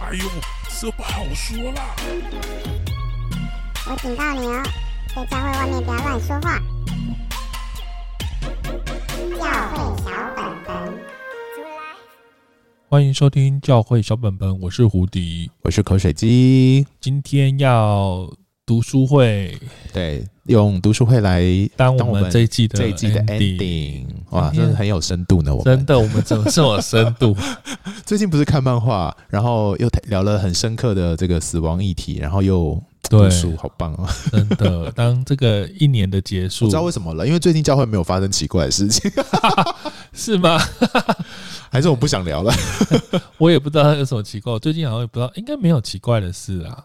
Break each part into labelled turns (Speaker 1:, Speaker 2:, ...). Speaker 1: 哎呦，这不好说啦。
Speaker 2: 我警告你哦，在教会外面不要乱说话。教会小本本，
Speaker 1: 欢迎收听教会小本本，我是胡迪。
Speaker 3: 我是口水鸡。
Speaker 1: 今天要读书会
Speaker 3: 对，用读书会来
Speaker 1: 当
Speaker 3: 当
Speaker 1: 我
Speaker 3: 我
Speaker 1: 们
Speaker 3: 们
Speaker 1: 这一季的嗯
Speaker 3: 这一季的 ending，哇，真的很有深度呢。我
Speaker 1: 真
Speaker 3: 们
Speaker 1: 的，我们怎么这么深度？
Speaker 3: 最近不是看漫画，然后又聊了很深刻的这个死亡议题，然后又
Speaker 1: 对
Speaker 3: 读，书，好棒哦！
Speaker 1: 真的，当这个一年的结
Speaker 3: 我
Speaker 1: 束
Speaker 3: 知，道为什么了，因为最近教会没有发生奇怪的事情，
Speaker 1: 是吗？
Speaker 3: 还是我不想聊了。
Speaker 1: 我也不知道有什么奇怪，我最近好像也不知道，应该没有奇怪的事啊，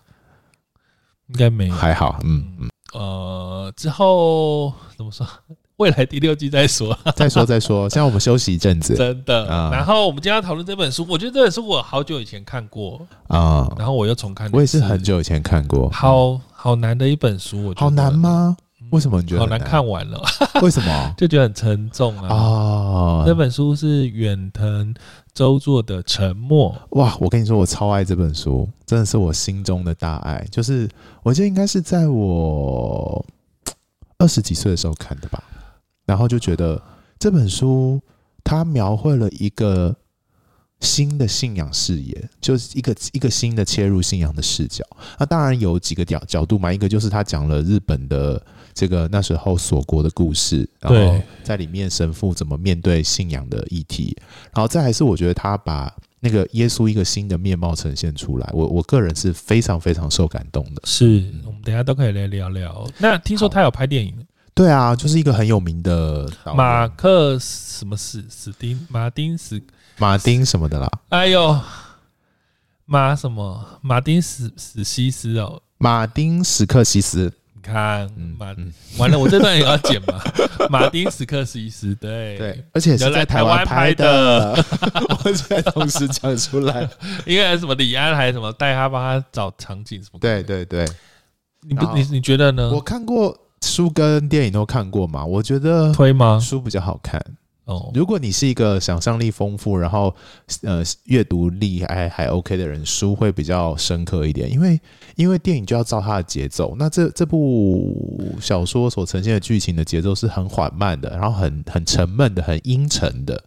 Speaker 1: 应该没有。
Speaker 3: 还好，嗯，
Speaker 1: 呃，之后怎么说？ 未来第六季再说，
Speaker 3: 再说再说，现在我们休息一阵子
Speaker 1: 嗯 真的。
Speaker 3: 啊
Speaker 1: 然后我们今天要讨论这本书，我觉得这本书我好久以前看过，
Speaker 3: 啊。
Speaker 1: 然后我又重看了一次，
Speaker 3: 我也是很久以前看过，
Speaker 1: 好好难的一本书，我觉得
Speaker 3: 好难？吗？为什么你觉得
Speaker 1: 嗯好
Speaker 3: 很
Speaker 1: 难看？完了，
Speaker 3: 为什么
Speaker 1: 就觉得很沉重啊。
Speaker 3: 啊
Speaker 1: 这？本书是远藤周作的《沉默》，
Speaker 3: 哇，我跟你说，我超爱这本书，真的是我心中的大爱。就是我记得应该是在我二十几岁的时候看的吧，然后就觉得这本书它描绘了一个新的信仰视野，就是一个一个新的切入信仰的视角。那当然有几个角角度嘛，一个就是他讲了日本的这个那时候锁国的故事，然后
Speaker 1: 对
Speaker 3: 在里面神父怎么面对信仰的议题，然后再还是我觉得他把那个耶稣一个新的面貌呈现出来，我我个人是非常非常受感动的。
Speaker 1: 是我们等一下都可以来聊聊。那听说
Speaker 3: 嗯好
Speaker 1: 他有拍电影，
Speaker 3: 对啊，就是一个很有名的导演
Speaker 1: 马克什么史史丁马丁史，
Speaker 3: 马丁什么的啦，
Speaker 1: 哎呦，马什么马丁史史西斯哦，
Speaker 3: 马丁史克西斯。
Speaker 1: 你看
Speaker 3: 嗯
Speaker 1: 马、
Speaker 3: 嗯
Speaker 1: 完了，我这段也要剪 吗？马丁史克西斯，对
Speaker 3: 对，，而且
Speaker 1: 原
Speaker 3: 是
Speaker 1: 来
Speaker 3: 在
Speaker 1: 台湾
Speaker 3: 湾
Speaker 1: 拍
Speaker 3: 的， 我现在同时讲出来。
Speaker 1: 因为什么李安还什么带他帮他找场景什么鬼
Speaker 3: 对
Speaker 1: 的，
Speaker 3: 对对，
Speaker 1: 你不
Speaker 3: 然后
Speaker 1: 你你觉得呢
Speaker 3: 我？看过书跟电影都看过嘛，我觉得
Speaker 1: 推啊吗？
Speaker 3: 书比较好看。
Speaker 1: 哦，
Speaker 3: 如果你是一个想象力丰富，然后呃阅读力还还 OK 的人，书会比较深刻一点，因为因为电影就要照它的节奏。那这这部小说所呈现的剧情的节奏是很缓慢的，然后很很沉闷的，很阴沉的，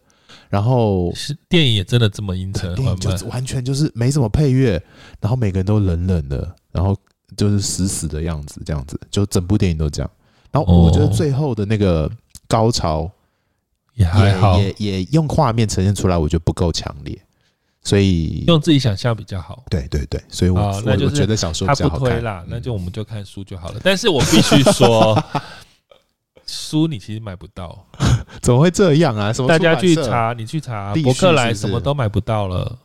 Speaker 3: 然后
Speaker 1: 是电影也真的这么阴沉
Speaker 3: 电
Speaker 1: 缓
Speaker 3: 影
Speaker 1: 慢
Speaker 3: 就，完全就是没什么配乐，然后每个人都冷冷的，然后就是死死的样子，这样子，就整部电影都这样。然后我觉得
Speaker 1: 哦
Speaker 3: 最后的那个高潮
Speaker 1: 也还好，
Speaker 3: 也也也用画面呈现出来，我觉得不够强烈，所以
Speaker 1: 用自己想象比较好。
Speaker 3: 对对对，所以我、
Speaker 1: 好哦那
Speaker 3: 我
Speaker 1: 就是
Speaker 3: 我觉得小说
Speaker 1: 他
Speaker 3: 比较
Speaker 1: 不
Speaker 3: 好
Speaker 1: 推
Speaker 3: 看
Speaker 1: 啦，那
Speaker 3: 嗯
Speaker 1: 就我们就看书就好了。但是我必须说， 书你其实买不到，
Speaker 3: 怎么会这样啊？什么
Speaker 1: 大家
Speaker 3: 出版
Speaker 1: 去
Speaker 3: 社
Speaker 1: 查，你去查
Speaker 3: 立
Speaker 1: 博客
Speaker 3: 讯
Speaker 1: 来
Speaker 3: 是不
Speaker 1: 什么
Speaker 3: 是
Speaker 1: 都买不到了，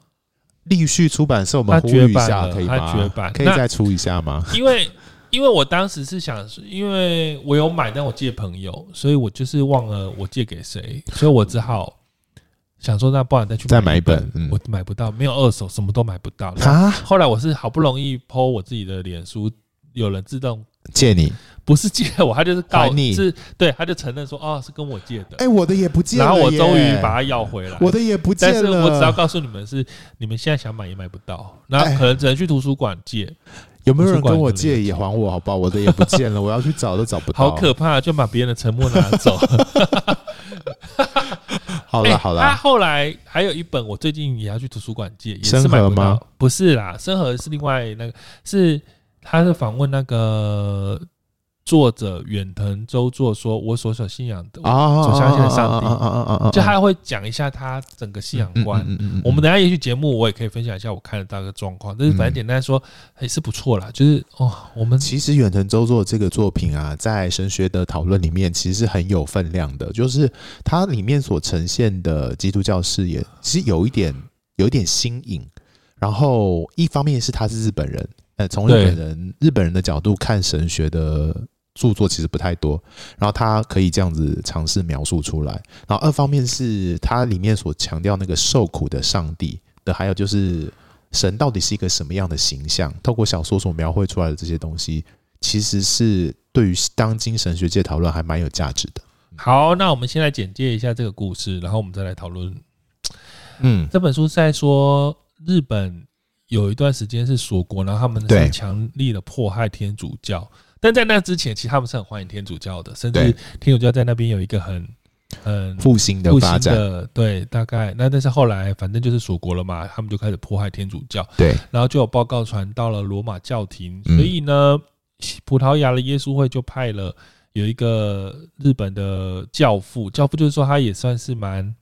Speaker 3: 立旭出版社，我
Speaker 1: 它
Speaker 3: 们呼
Speaker 1: 绝
Speaker 3: 吁一
Speaker 1: 版
Speaker 3: 下，
Speaker 1: 了
Speaker 3: 可以
Speaker 1: 它
Speaker 3: 吗？
Speaker 1: 绝版
Speaker 3: 可以
Speaker 1: 那
Speaker 3: 再出一下吗？
Speaker 1: 因 为。因为我当时是想，因为我有买，但我借朋友，所以我就是忘了我借给谁，所以我只好想说，那不然再去
Speaker 3: 再
Speaker 1: 买
Speaker 3: 买一
Speaker 1: 本
Speaker 3: 本，嗯
Speaker 1: 我买不到，没有二手，什么都买不到。
Speaker 3: 啊，
Speaker 1: 后来我是好不容易 PO 我自己的脸书，有人自动
Speaker 3: 借你？
Speaker 1: 不是借我，他就是告
Speaker 3: 还你
Speaker 1: 是对，他就承认说哦是跟我借的，
Speaker 3: 哎、我的也不借了
Speaker 1: 然后我
Speaker 3: 耶
Speaker 1: 终于把它要回来。
Speaker 3: 我的也不借
Speaker 1: 但
Speaker 3: 了，
Speaker 1: 是我只要告诉你们是，你们现在想买也买不到，然后
Speaker 3: 哎
Speaker 1: 可能只能去图书馆借，
Speaker 3: 有没有人跟我
Speaker 1: 图书馆
Speaker 3: 借也还我好不好？我的也不 见了，我要去找都找不到。
Speaker 1: 好可怕，就把别人的沉默拿走。
Speaker 3: 好
Speaker 1: 哎
Speaker 3: 了好
Speaker 1: 他
Speaker 3: 了，
Speaker 1: 后来还有一本，我最近也要去图书馆借，也是
Speaker 3: 生
Speaker 1: 买
Speaker 3: 和
Speaker 1: 不
Speaker 3: 吗
Speaker 1: 到。不是啦，生和是另外那个，是他是访问那个作者远藤周作，说我所所信仰的，
Speaker 3: 啊，
Speaker 1: 走向现在上帝
Speaker 3: 啊啊啊啊啊啊！
Speaker 1: 就他会讲一下他整个信仰观。
Speaker 3: 嗯嗯嗯嗯嗯
Speaker 1: 我们等一下也许节目我也可以分享一下我看得到的状况，但是反正
Speaker 3: 嗯
Speaker 1: 简单说还、是不错啦，就是哦，我们
Speaker 3: 其实远藤周作这个作品啊，在神学的讨论里面，其实是很有分量的。就是它里面所呈现的基督教视野，其实有一点有一点新颖。然后一方面是他是日本人，呃，从日
Speaker 1: 对
Speaker 3: 本人日本人的角度看神学的著作其实不太多，然后他可以这样子尝试描述出来。然后二方面是它里面所强调那个受苦的上帝的，还有就是神到底是一个什么样的形象，透过小说所描绘出来的这些东西，其实是对于当今神学界讨论还蛮有价值的。
Speaker 1: 好，那我们先来简介一下这个故事，然后我们再来讨论
Speaker 3: 嗯，
Speaker 1: 这本书是在说日本有一段时间是锁国，然后他们
Speaker 3: 对
Speaker 1: 是强力的迫害天主教。但在那之前，其实他们是很欢迎天主教的，甚至
Speaker 3: 对
Speaker 1: 天主教在那边有一个很很
Speaker 3: 复兴的
Speaker 1: 复
Speaker 3: 发
Speaker 1: 兴
Speaker 3: 展，
Speaker 1: 的，对，大概那但是后来反正就是锁国了嘛，他们就开始迫害天主教，
Speaker 3: 对，
Speaker 1: 然后就有报告传到了罗马教廷，
Speaker 3: 嗯
Speaker 1: 所以呢，西葡萄牙的耶稣会就派了有一个日本的教父，教父就是说他也算是蛮。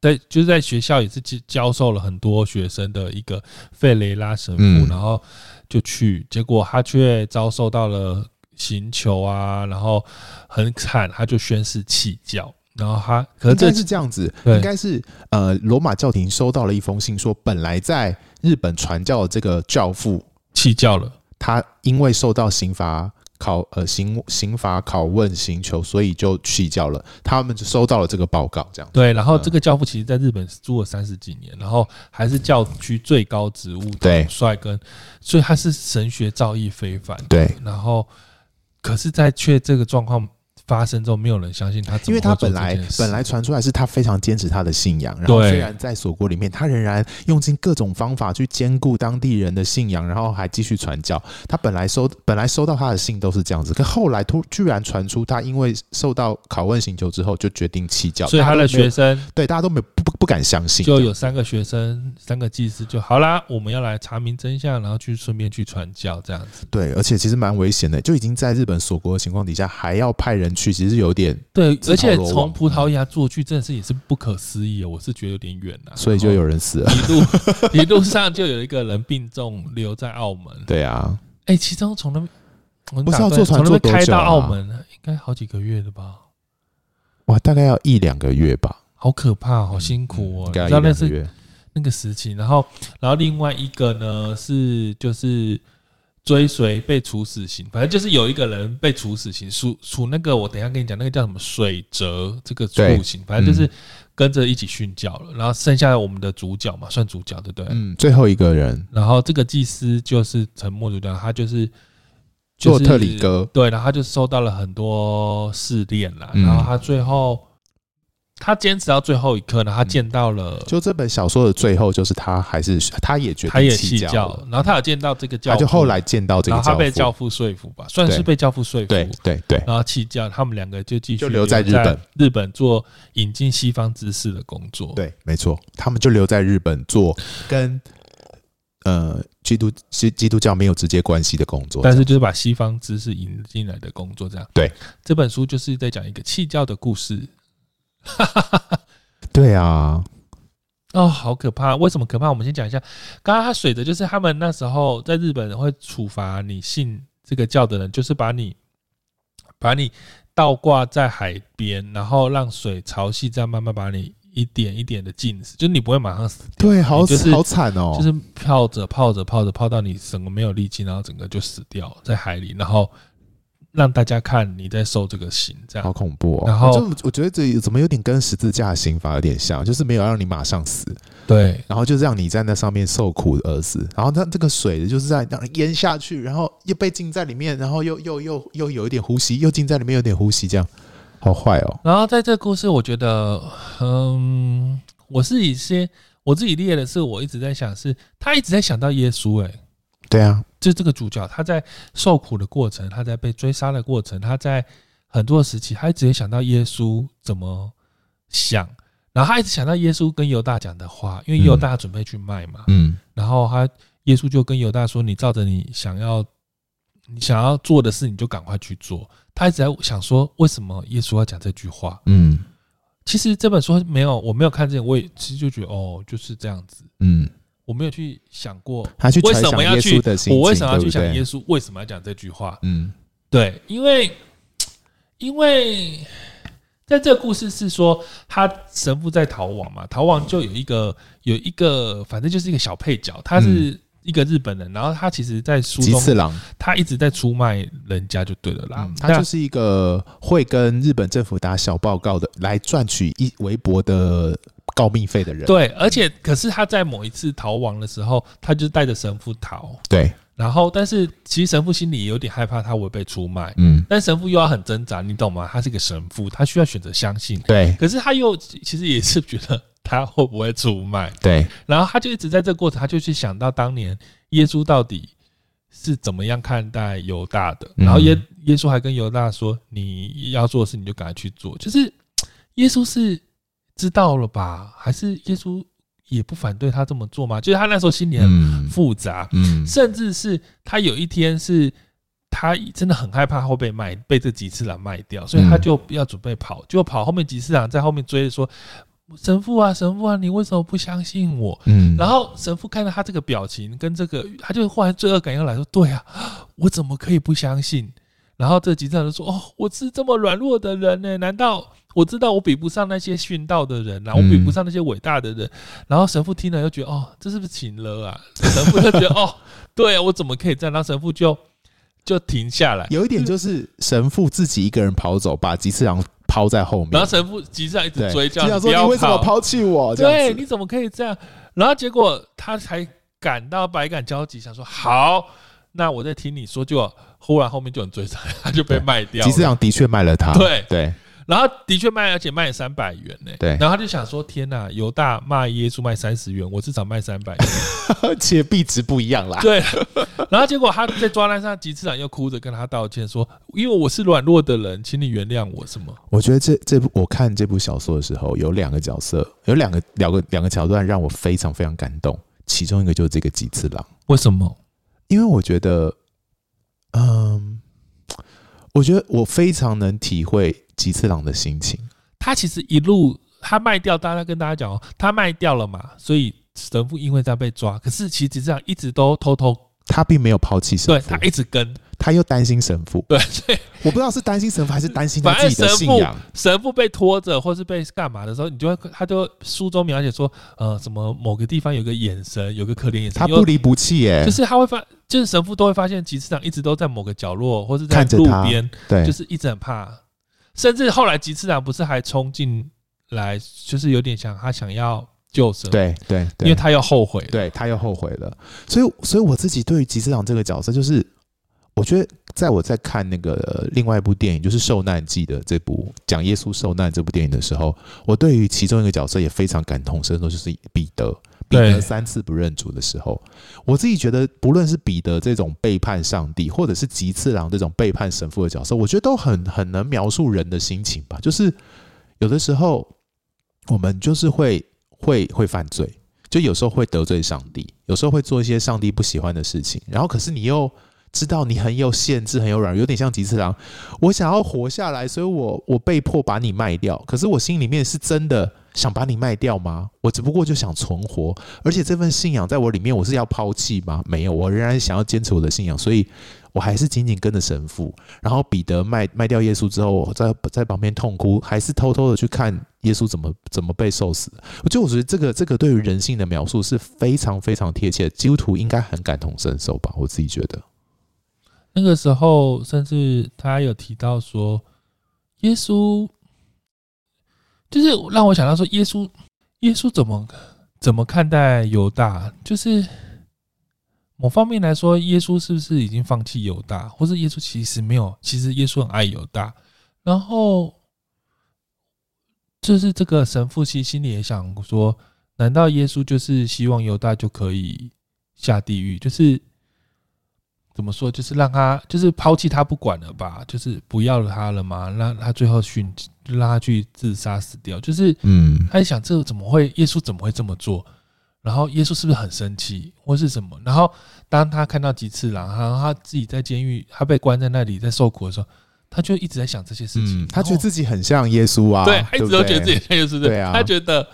Speaker 1: 在就是在学校也是教教授了很多学生的一个费雷拉神父，
Speaker 3: 嗯
Speaker 1: 然后就去，结果他却遭受到了刑求啊，然后很惨，他就宣誓弃教，然后他可是
Speaker 3: 应
Speaker 1: 这
Speaker 3: 该是这样子，
Speaker 1: 对
Speaker 3: 应该是呃，罗马教廷收到了一封信，说本来在日本传教的这个教父，
Speaker 1: 弃教了，
Speaker 3: 他因为受到刑罚拷呃刑刑罚拷问刑求，所以就弃教了。他们就收到了这个报告，这样
Speaker 1: 对，然后这个教父其实在日本是住了三十几年，然后还是教区最高职务
Speaker 3: 对
Speaker 1: 统帅跟，所以他是神学造诣非凡。
Speaker 3: 对，
Speaker 1: 然后可是，在却这个状况发生之后，没有人相信他怎么会做这件事，
Speaker 3: 因为他本来本来传出来是他非常坚持他的信仰，然后
Speaker 1: 对
Speaker 3: 虽然在锁国里面，他仍然用尽各种方法去兼顾当地人的信仰，然后还继续传教。他本来收本来收到他的信都是这样子，可后来突居然传出他因为受到拷问刑求之后就决定弃教，
Speaker 1: 所以他的
Speaker 3: 大家都没
Speaker 1: 学
Speaker 3: 有
Speaker 1: 生
Speaker 3: 对大家都没有不不不敢相信，
Speaker 1: 就有三个学生，三个祭司就好啦，我们要来查明真相，然后去顺便去传教这样子。
Speaker 3: 对，而且其实蛮危险的，就已经在日本锁国的情况底下，还要派人去，其实有点，
Speaker 1: 对，
Speaker 3: 自
Speaker 1: 而且
Speaker 3: 投罗网嗯
Speaker 1: 从葡萄牙坐去，真的是也是不可思议哦，我是觉得有点远啊。
Speaker 3: 所以就有人死了。
Speaker 1: 一路 一路上就有一个人病重留在澳门。
Speaker 3: 对啊，
Speaker 1: 哎、其中从那边我们
Speaker 3: 不是
Speaker 1: 打
Speaker 3: 要
Speaker 1: 断
Speaker 3: 坐船
Speaker 1: 从那
Speaker 3: 坐
Speaker 1: 边
Speaker 3: 多
Speaker 1: 开
Speaker 3: 久
Speaker 1: 到
Speaker 3: 啊
Speaker 1: 澳门，应该好几个月了吧？
Speaker 3: 哇，大概要一两个月吧，嗯
Speaker 1: 好可怕，好辛苦哦！
Speaker 3: 应
Speaker 1: 你
Speaker 3: 该
Speaker 1: 知
Speaker 3: 要一
Speaker 1: 道那
Speaker 3: 两个
Speaker 1: 是
Speaker 3: 月。
Speaker 1: 那个时期，然后然后另外一个呢是就是追随被处死刑，反正就是有一个人被处死刑，处处那个我等一下跟你讲那个叫什么水折这个
Speaker 3: 对嗯
Speaker 1: 处刑，反正就是跟着一起殉教了，然后剩下我们的主角嘛，算主角对不对？
Speaker 3: 嗯，最后一个人
Speaker 1: 然后这个祭司就是沉默主教，他就是
Speaker 3: 做特里，哥，
Speaker 1: 对，然后他就受到了很多试炼啦，
Speaker 3: 嗯
Speaker 1: 然后他最后他坚持到最后一刻呢，他见到了，
Speaker 3: 就这本小说的最后，就是他还是他也决
Speaker 1: 他也
Speaker 3: 定
Speaker 1: 弃
Speaker 3: 弃
Speaker 1: 教
Speaker 3: 了，，
Speaker 1: 然后他有见到这个教
Speaker 3: 他
Speaker 1: 父，
Speaker 3: 就后来见到这
Speaker 1: 然
Speaker 3: 个
Speaker 1: 后他被
Speaker 3: 教
Speaker 1: 教
Speaker 3: 父，
Speaker 1: 父嗯说服吧，算
Speaker 3: 对
Speaker 1: 是被教父说服，
Speaker 3: 对对对，
Speaker 1: 然后弃教，他们两个就继续
Speaker 3: 就留在日本，
Speaker 1: 日本做引进西方知识的工作，
Speaker 3: 对，没错，他们就留在日本做跟呃基督基基督教没有直接关系的工作，
Speaker 1: 但是就是把西方知识引进来的工作，这样。
Speaker 3: 对，
Speaker 1: 这本书就是在讲一个弃教的故事。
Speaker 3: 对啊，
Speaker 1: 哦，好可怕！为什么可怕？我们先讲一下，刚刚他水的就是他们那时候在日本会处罚你信这个教的人，就是把你把你倒挂在海边，然后让水潮汐这样慢慢把你一点一点的浸死，就是你不会马上死掉，
Speaker 3: 对，好
Speaker 1: 你就是
Speaker 3: 好惨哦，
Speaker 1: 就是泡着泡着泡着泡到你整个没有力气，然后整个就死掉在海里，然后让大家看你在受这个刑，这样
Speaker 3: 好恐怖哦！
Speaker 1: 然后
Speaker 3: 就我觉得这怎么有点跟十字架的刑罚有点像，就是没有让你马上死，
Speaker 1: 对。
Speaker 3: 然后就让你在那上面受苦而死。然后它这个水就是在让你淹下去，然后又被浸在里面，然后又又又又有一点呼吸，又浸在里面有点呼吸，这样好坏哦。
Speaker 1: 然后在这个故事，我觉得，嗯，我是一些我自己列的是，我一直在想是，他一直在想到耶稣、欸，
Speaker 3: 对啊，
Speaker 1: 就这个主角他在受苦的过程，他在被追杀的过程，他在很多时期，他一直在想到耶稣怎么想，然后他一直想到耶稣跟犹大讲的话，因为
Speaker 3: 嗯
Speaker 1: 犹大准备去卖嘛，
Speaker 3: 嗯，
Speaker 1: 然后他耶稣就跟犹大说：“你照着你想要你想要做的事，你就赶快去做。”他一直在想说，为什么耶稣要讲这句话？
Speaker 3: 嗯
Speaker 1: 其实这本书没有，我没有看见，我也其实就觉得哦，就是这样子，
Speaker 3: 嗯，
Speaker 1: 我没有去想过
Speaker 3: 他去
Speaker 1: 为
Speaker 3: 揣
Speaker 1: 什
Speaker 3: 想
Speaker 1: 么
Speaker 3: 耶
Speaker 1: 要去
Speaker 3: 稣的，心
Speaker 1: 我为
Speaker 3: 情
Speaker 1: 什么要
Speaker 3: 对
Speaker 1: 去
Speaker 3: 不
Speaker 1: 想
Speaker 3: 对
Speaker 1: 耶稣为什么要讲这句话？
Speaker 3: 嗯
Speaker 1: 对，因为因为在这个故事是说，他神父在逃亡嘛，逃亡就有一个有一个，反正就是一个小配角，他
Speaker 3: 嗯
Speaker 1: 是一个日本人，然后他其实，在书
Speaker 3: 吉
Speaker 1: 中
Speaker 3: 次郎，
Speaker 1: 他一直在出卖人家啊就对啊了啦，
Speaker 3: 嗯他就是一个会跟日本政府打小报告的，来赚取一微薄的告密费的人。
Speaker 1: 对，而且可是他在某一次逃亡的时候，他就带着神父逃，
Speaker 3: 对，
Speaker 1: 然后，但是其实神父心里也有点害怕他会被出卖，
Speaker 3: 嗯，
Speaker 1: 但神父又要很挣扎，你懂吗？他是个神父，他需要选择相信，
Speaker 3: 对
Speaker 1: 可是他又其实也是觉得他会不会出卖，
Speaker 3: 对，
Speaker 1: 然后他就一直在这个过程，他就去想到当年耶稣到底是怎么样看待犹大的，
Speaker 3: 嗯
Speaker 1: 然后耶耶稣还跟犹大说：“你要做的事你就赶快去做。”就是耶稣是知道了吧？还是耶稣也不反对他这么做吗？就是他那时候心里很
Speaker 3: 嗯
Speaker 1: 复杂，
Speaker 3: 嗯
Speaker 1: 甚至是他有一天是。他真的很害怕会被卖，被这几次郎卖掉，所以他就要准备跑，就跑后面几次郎在后面追着说：“神父啊，神父啊，你为什么不相信我？”
Speaker 3: 嗯
Speaker 1: 然后神父看到他这个表情跟这个，他就忽然罪恶感又来说：“对啊，我怎么可以不相信？”然后这个警长就说：“哦，我是这么软弱的人呢、难道我知道我比不上那些殉道的人啊？我
Speaker 3: 嗯
Speaker 1: 比不上那些伟大的人？”然后神父听了又觉得：“哦，这是不是情了啊？”神父就觉得：“哦，对啊，我怎么可以这样？”然后神父就就停下来，
Speaker 3: 有一点就是神父自己一个人跑走，把吉次郎抛在后面，
Speaker 1: 然后神父警长一直
Speaker 3: 对，
Speaker 1: 追
Speaker 3: 吉
Speaker 1: 叫
Speaker 3: 次郎
Speaker 1: 不
Speaker 3: 说
Speaker 1: 要
Speaker 3: 你为什么
Speaker 1: 跑啊
Speaker 3: 抛弃我？这
Speaker 1: 对，
Speaker 3: 样
Speaker 1: 你
Speaker 3: 子，
Speaker 1: 怎么可以这样？然后结果他才感到百感交集，想说好，那我在听你说，就忽然后面就有人追上来，他就被卖掉
Speaker 3: 吉次
Speaker 1: 了。
Speaker 3: 郎的确卖了他，
Speaker 1: 对
Speaker 3: 对
Speaker 1: 然后的确卖，而且卖三百元呢、
Speaker 3: 对
Speaker 1: 然后他就想说，天哪，犹大卖耶稣卖三十元，我至少卖三百元。
Speaker 3: 而 且币值不一样啦，
Speaker 1: 对。然后结果他在抓单上，吉次长又哭着跟他道歉说，因为我是软弱的人，请你原谅我什么？
Speaker 3: 我觉得这这部我看这部小说的时候，有两个角色，有两个两个两个桥段让我非常非常感动。其中一个就是这个吉次郎，
Speaker 1: 为什么？
Speaker 3: 因为我觉得，嗯，我觉得我非常能体会吉次郎的心情。
Speaker 1: 他其实一路他卖掉，大家跟大家讲哦，他卖掉了嘛，所以神父因为这样被抓，可是其实这样一直都偷偷
Speaker 3: 他并没有抛弃神
Speaker 1: 对
Speaker 3: 父
Speaker 1: 他，一直跟
Speaker 3: 他又担心神父。
Speaker 1: 对， 所以
Speaker 3: 我不知道是担心神父还是担心他
Speaker 1: 反正
Speaker 3: 自己的
Speaker 1: 神
Speaker 3: 信
Speaker 1: 父
Speaker 3: 仰。
Speaker 1: 神父被拖着或是被干嘛的时候，你就会他就书中描写说，呃，什么某个地方有个眼神，有个可怜眼神，
Speaker 3: 他
Speaker 1: 又
Speaker 3: 不离不弃耶、
Speaker 1: 就是他会发，就是神父都会发现集市长一直都在某个角落或是在
Speaker 3: 看着
Speaker 1: 路
Speaker 3: 他
Speaker 1: 边，
Speaker 3: 对，
Speaker 1: 就是一直很怕，甚至后来集市长不是还冲进来，就是有点想他想要救神，，
Speaker 3: 对对对，
Speaker 1: 因为他又后悔了。
Speaker 3: 对他又后悔了，所以所以我自己对于吉次郎这个角色，就是我觉得在我在看那个呃另外一部电影，就是《受难记》的这部讲耶稣受难这部电影的时候，我对于其中一个角色也非常感同身受，就是彼得。彼
Speaker 1: 对
Speaker 3: 得三次不认主的时候，我自己觉得，不论是彼得这种背叛上帝，或者是吉次郎这种背叛神父的角色，我觉得都很很能描述人的心情吧。就是有的时候，我们就是会会会犯罪，就有时候会得罪上帝，有时候会做一些上帝不喜欢的事情，然后可是你又知道你很有限制，很有软弱，有点像吉次郎，我想要活下来，所以我我被迫把你卖掉，可是我心里面是真的想把你卖掉吗？我只不过就想存活，而且这份信仰在我里面，我是要抛弃吗？没有，我仍然想要坚持我的信仰，所以。我还是紧紧跟着神父，然后彼得卖卖掉耶稣之后，我在在旁边痛哭，还是偷偷的去看耶稣怎么怎么被受死。我就我觉得这个这个对于人性的描述是非常非常贴切，基督徒应该很感同身受吧？我自己觉得，
Speaker 1: 那个时候，甚至他有提到说，耶稣就是让我想到说，耶稣，耶稣怎么怎么看待犹大？就是某方面来说，耶稣是不是已经放弃犹大，或是耶稣其实没有？其实耶稣很爱犹大，然后就是这个神父其实心里也想说，难道耶稣就是希望犹大就可以下地狱？就是怎么说，就是让他就是抛弃他不管了吧，就是不要了他了嘛，让他最后殉，就让他去自杀死掉。就是
Speaker 3: 嗯
Speaker 1: 他在想，这怎么会耶稣怎么会这么做？然后耶稣是不是很生气，或是什么？然后当他看到吉次郎，然后他自己在监狱，他被关在那里在受苦的时候，他就一直在想这些事情。
Speaker 3: 嗯，他觉得
Speaker 1: 然后
Speaker 3: 自己很像耶稣啊，
Speaker 1: 对，他
Speaker 3: 他
Speaker 1: 一直都觉得自己像耶稣，
Speaker 3: 对啊
Speaker 1: 他觉得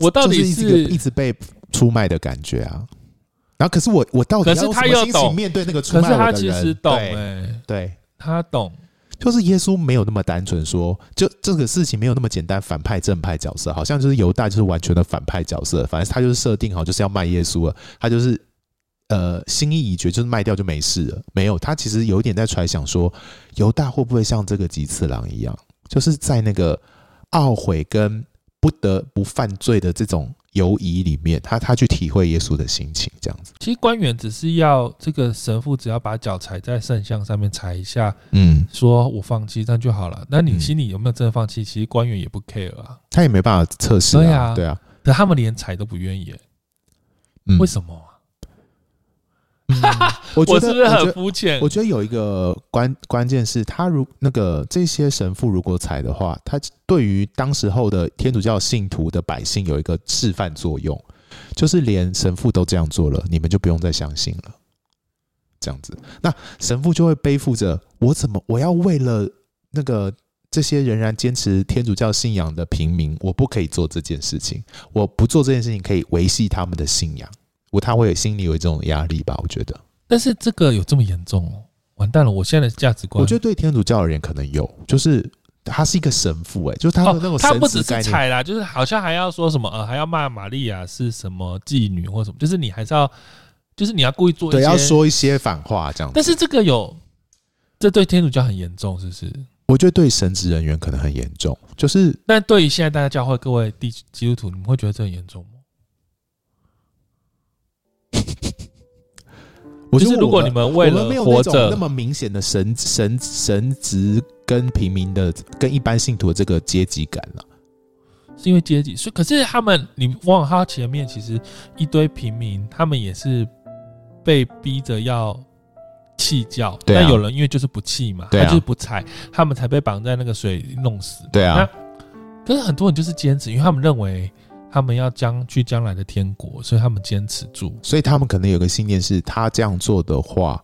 Speaker 1: 我到
Speaker 3: 就
Speaker 1: 底
Speaker 3: 是一直一直被出卖的感觉啊。然后可是我我到底
Speaker 1: 可是
Speaker 3: 要用
Speaker 1: 他
Speaker 3: 什么
Speaker 1: 又
Speaker 3: 心情
Speaker 1: 懂
Speaker 3: 面对那个出
Speaker 1: 可
Speaker 3: 卖
Speaker 1: 是
Speaker 3: 我的
Speaker 1: 他
Speaker 3: 人？
Speaker 1: 其实懂哎、
Speaker 3: 对对，
Speaker 1: 他懂。
Speaker 3: 就是耶稣没有那么单纯说，就这个事情没有那么简单，反派正派角色，好像就是犹大就是完全的反派角色，反正他就是设定好就是要卖耶稣了，他就是呃心意已决，就是卖掉就没事了。没有，他其实有一点在揣想说，犹大会不会像这个吉次郎一样，就是在那个懊悔跟不得不犯罪的这种游移里面，他他去体会耶稣的心情，这样子。
Speaker 1: 其实官员只是要这个神父，只要把脚踩在圣像上面踩一下，
Speaker 3: 嗯，
Speaker 1: 说我放弃，这样就好了。那你
Speaker 3: 嗯
Speaker 1: 心里有没有真的放弃？其实官员也不 care 啊，
Speaker 3: 他也没办法测试、
Speaker 1: 对啊
Speaker 3: 对啊，
Speaker 1: 可他们连踩都不愿意欸、
Speaker 3: 嗯
Speaker 1: 为什么啊？
Speaker 3: 我觉
Speaker 1: 我
Speaker 3: 得
Speaker 1: 是不是
Speaker 3: 我觉
Speaker 1: 很
Speaker 3: 得
Speaker 1: 肤浅
Speaker 3: 我？觉得有一个关关键是，他如那个这些神父如果踩的话，他对于当时候的天主教信徒的百姓有一个示范作用，就是连神父都这样做了，你们就不用再相信了。这样子，那神父就会背负着我怎么我要为了那个这些仍然坚持天主教信仰的平民，我不可以做这件事情，我不做这件事情可以维系他们的信仰，我他会有心里有一种压力吧？我觉得。
Speaker 1: 但是这个有这么严重哦？完蛋了！我现在的价值观，
Speaker 3: 我觉得对天主教而言可能有，就是他是一个神父、欸，就是他的那种
Speaker 1: 他
Speaker 3: 神
Speaker 1: 哦不只
Speaker 3: 职概
Speaker 1: 是
Speaker 3: 念，
Speaker 1: 踩啦，就是好像还要说什么呃，还要骂玛利亚是什么妓女或什么，就是你还是要，就是你要故意做一
Speaker 3: 对，
Speaker 1: 些。
Speaker 3: 要说一些反话这样子。
Speaker 1: 但是这个有，这对天主教很严重，是不是？
Speaker 3: 我觉得对神职人员可能很严重，就是
Speaker 1: 但对于现在大家教会各位地基督徒，你们会觉得这很严重吗？
Speaker 3: 我
Speaker 1: 就
Speaker 3: 觉
Speaker 1: 是
Speaker 3: 得
Speaker 1: 如果
Speaker 3: 我
Speaker 1: 你
Speaker 3: 们
Speaker 1: 们为了
Speaker 3: 我们没有
Speaker 1: 活
Speaker 3: 那种那
Speaker 1: 着，
Speaker 3: 么明显的神神神职跟平民的跟一般信徒的这个阶级感了、
Speaker 1: 是因为阶级，所以可是他们，你忘了他前面其实一堆平民，他们也是被逼着要弃教，
Speaker 3: 对啊
Speaker 1: 但有人因为就是不弃嘛，
Speaker 3: 对啊
Speaker 1: 他就是不踩，他们才被绑在那个水里弄死。
Speaker 3: 对啊，
Speaker 1: 可是很多人就是坚持，因为他们认为他们要将去将来的天国，所以他们坚持住。
Speaker 3: 所以他们可能有个信念是，他这样做的话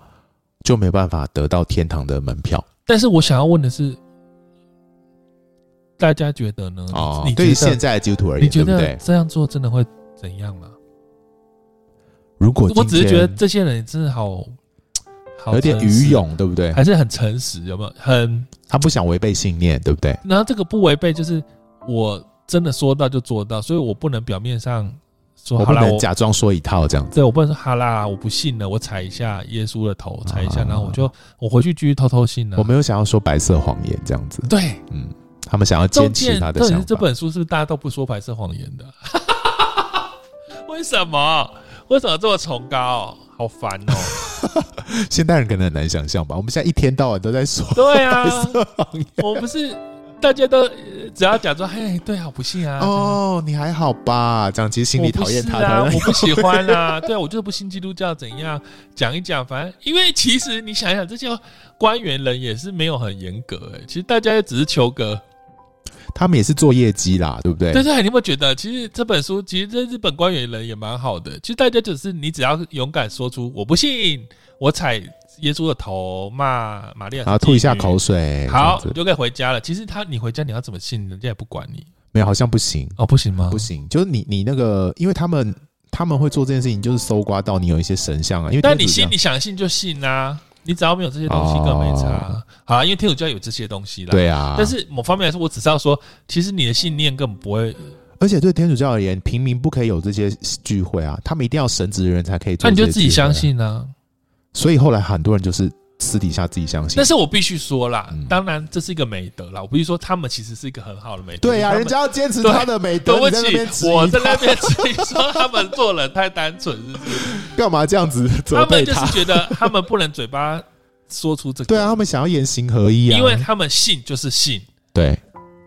Speaker 3: 就没办法得到天堂的门票
Speaker 1: 但是我想要问的是，大家觉得呢？
Speaker 3: 哦
Speaker 1: 嗯你。你
Speaker 3: 对于
Speaker 1: 觉得
Speaker 3: 现在的基督徒而
Speaker 1: 你
Speaker 3: 言，
Speaker 1: 觉
Speaker 3: 对不
Speaker 1: 得
Speaker 3: 对？
Speaker 1: 这样做真的会怎样吗？
Speaker 3: 如果
Speaker 1: 我只是
Speaker 3: 今
Speaker 1: 觉得
Speaker 3: 天
Speaker 1: 这些人真的好，好
Speaker 3: 有点
Speaker 1: 诚实
Speaker 3: 愚，勇，欸对不对？
Speaker 1: 还是很诚实，有没有？很，
Speaker 3: 他不想违背信念，对不对？
Speaker 1: 然后这个不违背，就是我真的说到就做到，所以我不能表面上说
Speaker 3: 我
Speaker 1: 好
Speaker 3: 不
Speaker 1: 啦，
Speaker 3: 能
Speaker 1: 我
Speaker 3: 假装说一套这样子。
Speaker 1: 对我不能说好啦，我不信了，我踩一下耶稣的头，踩一下，
Speaker 3: 啊
Speaker 1: 然后我就我回去继续偷偷信了
Speaker 3: 我。没有想要说白色谎言这样子，
Speaker 1: 对，
Speaker 3: 嗯，他们想要
Speaker 1: 中
Speaker 3: 坚持
Speaker 1: 间
Speaker 3: 他的
Speaker 1: 到底
Speaker 3: 想
Speaker 1: 是这
Speaker 3: 法。
Speaker 1: 本书是不是大家都不说白色谎言的？ 为什么？为什么这么崇高？好烦 哦！
Speaker 3: 现代人可能很难想象吧？我们现在一天到晚都在说
Speaker 1: 对
Speaker 3: 白
Speaker 1: 啊，
Speaker 3: 色谎言。
Speaker 1: 我不是大家都呃只要假装，嘿，对啊，我不信啊，
Speaker 3: 哦，你还好吧？这样其实心里讨厌他，
Speaker 1: 我不是啊，
Speaker 3: 讨
Speaker 1: 我
Speaker 3: 厌
Speaker 1: 不喜欢啊， 对啊，我就是不信基督教，怎样讲一讲，反正因为其实你想一想，这些官员人也是没有很严格、欸，其实大家也只是求格。
Speaker 3: 他们也是做业绩啦，对不对？
Speaker 1: 但是你有没有觉得，其实这本书其实这日本官员人也蛮好的，其实大家只是你只要勇敢说出我不信，我踩耶稣的头，骂玛利亚，
Speaker 3: 然后吐一下口，水，
Speaker 1: 好，
Speaker 3: 这
Speaker 1: 你
Speaker 3: 样子
Speaker 1: 就可以回家了。其实他你回家你要怎么信，人家也不管你
Speaker 3: 没有，好像不行，
Speaker 1: 哦，不行吗？
Speaker 3: 不行。就是你你那个，因为他们他们会做这件事情，就是搜刮到你有一些神像啊，因为
Speaker 1: 但
Speaker 3: 天
Speaker 1: 你
Speaker 3: 主教
Speaker 1: 心里想信就信啊，你只要没有这些东西，更没差。
Speaker 3: 哦
Speaker 1: 好啊，因为天主教有这些东西啦。、
Speaker 3: 对啊，
Speaker 1: 但是某方面来说，我只是要说，其实你的信念根本不会。
Speaker 3: 而且对天主教而言，平民不可以有这些聚会啊，他们一定要神职人员才可以
Speaker 1: 那
Speaker 3: 做、
Speaker 1: 你就自己相。信啊。
Speaker 3: 所以后来很多人就是私底下自己相信。
Speaker 1: 但是我必须说啦，
Speaker 3: 嗯
Speaker 1: 当然这是一个美德啦。我必须说，他们其实是一个很好的美德。
Speaker 3: 对啊，
Speaker 1: 就是他们
Speaker 3: 人家要坚持他的美
Speaker 1: 对
Speaker 3: 德，
Speaker 1: 不
Speaker 3: 你在那边质
Speaker 1: 起，
Speaker 3: 疑
Speaker 1: 我在那边质疑说他们做人太单纯，是 不是？
Speaker 3: 干嘛这样子责
Speaker 1: 他
Speaker 3: 备
Speaker 1: 们就是觉得他们不能嘴巴说出这个，
Speaker 3: 对啊，他们想要言行合一啊，
Speaker 1: 因为他们信就是信，
Speaker 3: 对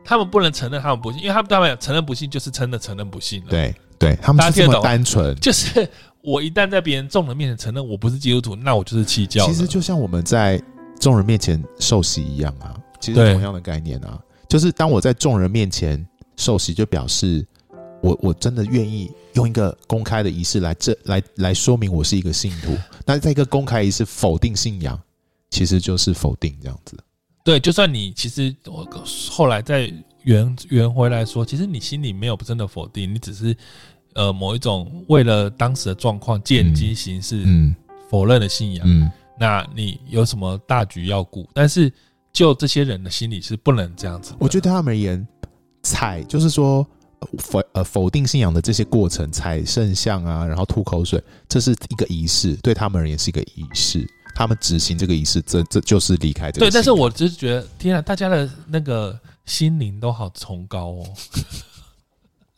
Speaker 1: 他们不能承认他们不信，因为他们对他们讲承认不信就是真的承认不信了。
Speaker 3: 对对，他们
Speaker 1: 大家
Speaker 3: 是
Speaker 1: 听得
Speaker 3: 这么
Speaker 1: 懂吗
Speaker 3: 单纯。
Speaker 1: 就是我一旦在别人众人面前承认我不是基督徒，那我就是弃教了。
Speaker 3: 其实就像我们在众人面前受洗一样啊，其实
Speaker 1: 对
Speaker 3: 同样的概念啊，就是当我在众人面前受洗，就表示我我真的愿意用一个公开的仪式来这来来说明我是一个信徒。那在一个公开仪式否定信仰，其实就是否定这样子。
Speaker 1: 对，就算你其实我后来再圆圆回来说，其实你心里没有真的否定，你只是呃某一种为了当时的状况见机行事、
Speaker 3: 嗯
Speaker 1: 否认了信仰。
Speaker 3: 嗯，
Speaker 1: 那你有什么大局要顾？但是就这些人的心里是不能这样子的。
Speaker 3: 我觉得对他们而言，踩就是说。呃否呃否定信仰的这些过程，踩圣像啊，然后吐口水，这是一个仪式，对他们而言是一个仪式。他们执行这个仪式，这这就是离开这个信仰。
Speaker 1: 对，但是我就是觉得，天啊，大家的那个心灵都好崇高哦。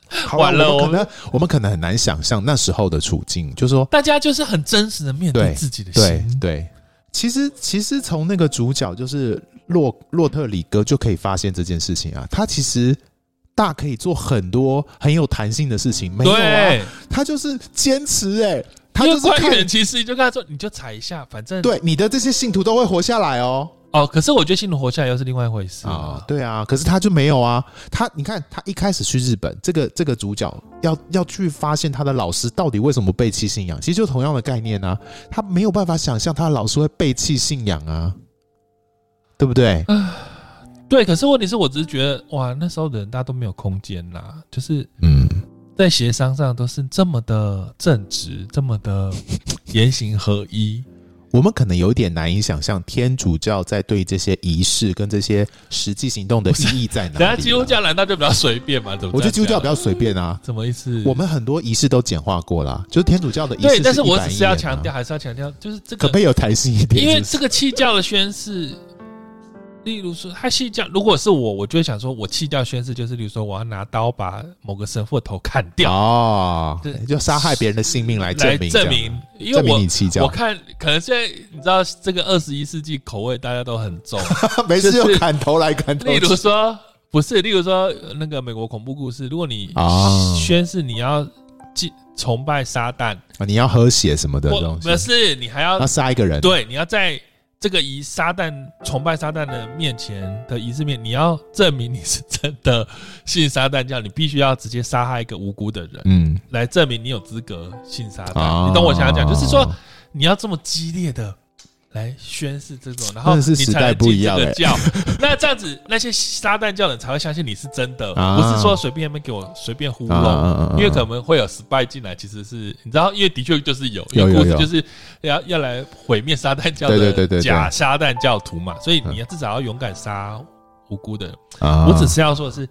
Speaker 3: 好吧
Speaker 1: 完了
Speaker 3: 我们
Speaker 1: 我
Speaker 3: 可能我们可能很难想象那时候的处境，就是说，
Speaker 1: 大家就是很真实的面对
Speaker 3: 对
Speaker 1: 自己的
Speaker 3: 对
Speaker 1: 心，
Speaker 3: 对，其实其实从那个主角就是洛洛特里哥就可以发现这件事情啊，他其实大可以做很多很有弹性的事情，没有啊，
Speaker 1: 对，
Speaker 3: 他就是坚持哎、他
Speaker 1: 因
Speaker 3: 就
Speaker 1: 为
Speaker 3: 是
Speaker 1: 官
Speaker 3: 看
Speaker 1: 员其实就跟他说，你就踩一下，反正
Speaker 3: 对你的这些信徒都会活下来哦。
Speaker 1: 哦。可是我觉得新奴活下来又是另外一回事
Speaker 3: 啊
Speaker 1: 啊，。
Speaker 3: 对啊，可是他就没有啊。他你看，他一开始去日本，这个这个主角要要去发现他的老师到底为什么背弃信仰，其实就同样的概念啊。他没有办法想象他的老师会背弃信仰啊，对不对？
Speaker 1: 对，可是问题是我只是觉得，哇，那时候的人大家都没有空间啦，就是
Speaker 3: 嗯，
Speaker 1: 在协商上都是这么的正直，这么的言行合一。
Speaker 3: 我们可能有一点难以想象天主教在对这些仪式跟这些实际行动的意义在哪里、啊
Speaker 1: 等下基督，教难道就比较随便嘛？怎么这样讲？
Speaker 3: 我觉得基督教比较随便啊。
Speaker 1: 什么意思？
Speaker 3: 我们很多仪式都简化过啦，就是天主教的仪式、
Speaker 1: 对，但是我只是要
Speaker 3: 100
Speaker 1: 强调，
Speaker 3: 年啊，
Speaker 1: 还是要强调，就是这
Speaker 3: 可
Speaker 1: 个
Speaker 3: 不可以有弹性一点？
Speaker 1: 因为
Speaker 3: 是不是
Speaker 1: 这个弃教的宣誓，例如说，他弃教，如果是我，我就会想说，我弃教宣誓就是，例如说，我要拿刀把某个神父的头砍掉，
Speaker 3: 哦
Speaker 1: 对，
Speaker 3: 就杀害别人的性命来证
Speaker 1: 来
Speaker 3: 明，
Speaker 1: 证
Speaker 3: 这样
Speaker 1: 明，因为
Speaker 3: 证明
Speaker 1: 我
Speaker 3: 你弃
Speaker 1: 我
Speaker 3: 教，
Speaker 1: 看可能现在你知道这个二十一世纪口味大家都很 重，
Speaker 3: 没事
Speaker 1: 就
Speaker 3: 就是砍头来砍头
Speaker 1: 例如
Speaker 3: 去。
Speaker 1: 说不是，例如说那个美国恐怖故事，如果你
Speaker 3: 啊
Speaker 1: 宣誓你要敬崇拜撒旦，
Speaker 3: 啊你要喝血什么的
Speaker 1: 或
Speaker 3: 东西
Speaker 1: 不，是你还要
Speaker 3: 要杀一个人，
Speaker 1: 对，你要在这个以撒旦崇拜撒旦的面前的仪式面，你要证明你是真的信撒旦教，你必须要直接杀害一个无辜的人，
Speaker 3: 嗯
Speaker 1: 来证明你有资格信撒旦。
Speaker 3: 啊
Speaker 1: 你懂我想要讲，就是说你要这么激烈的。来宣誓这种，然后
Speaker 3: 真的是
Speaker 1: 你
Speaker 3: 时
Speaker 1: 才
Speaker 3: 代
Speaker 1: 能
Speaker 3: 不
Speaker 1: 进
Speaker 3: 一
Speaker 1: 这
Speaker 3: 样
Speaker 1: 个
Speaker 3: 欸
Speaker 1: 教。那这样子，那些撒旦教人才会相信你是真的，
Speaker 3: 啊
Speaker 1: 不是说随便他们给我随便糊弄。因为可能会有 spy 进来，其实是你知道，因为的确就是有，因
Speaker 3: 有
Speaker 1: 为
Speaker 3: 有
Speaker 1: 故事
Speaker 3: 有
Speaker 1: 就是要要来毁灭撒旦教
Speaker 3: 对对对
Speaker 1: 的
Speaker 3: 对对
Speaker 1: 假撒旦教徒嘛，所以
Speaker 3: 嗯
Speaker 1: 你要至少要勇敢杀无辜的人。
Speaker 3: 啊
Speaker 1: 我只是要说的是，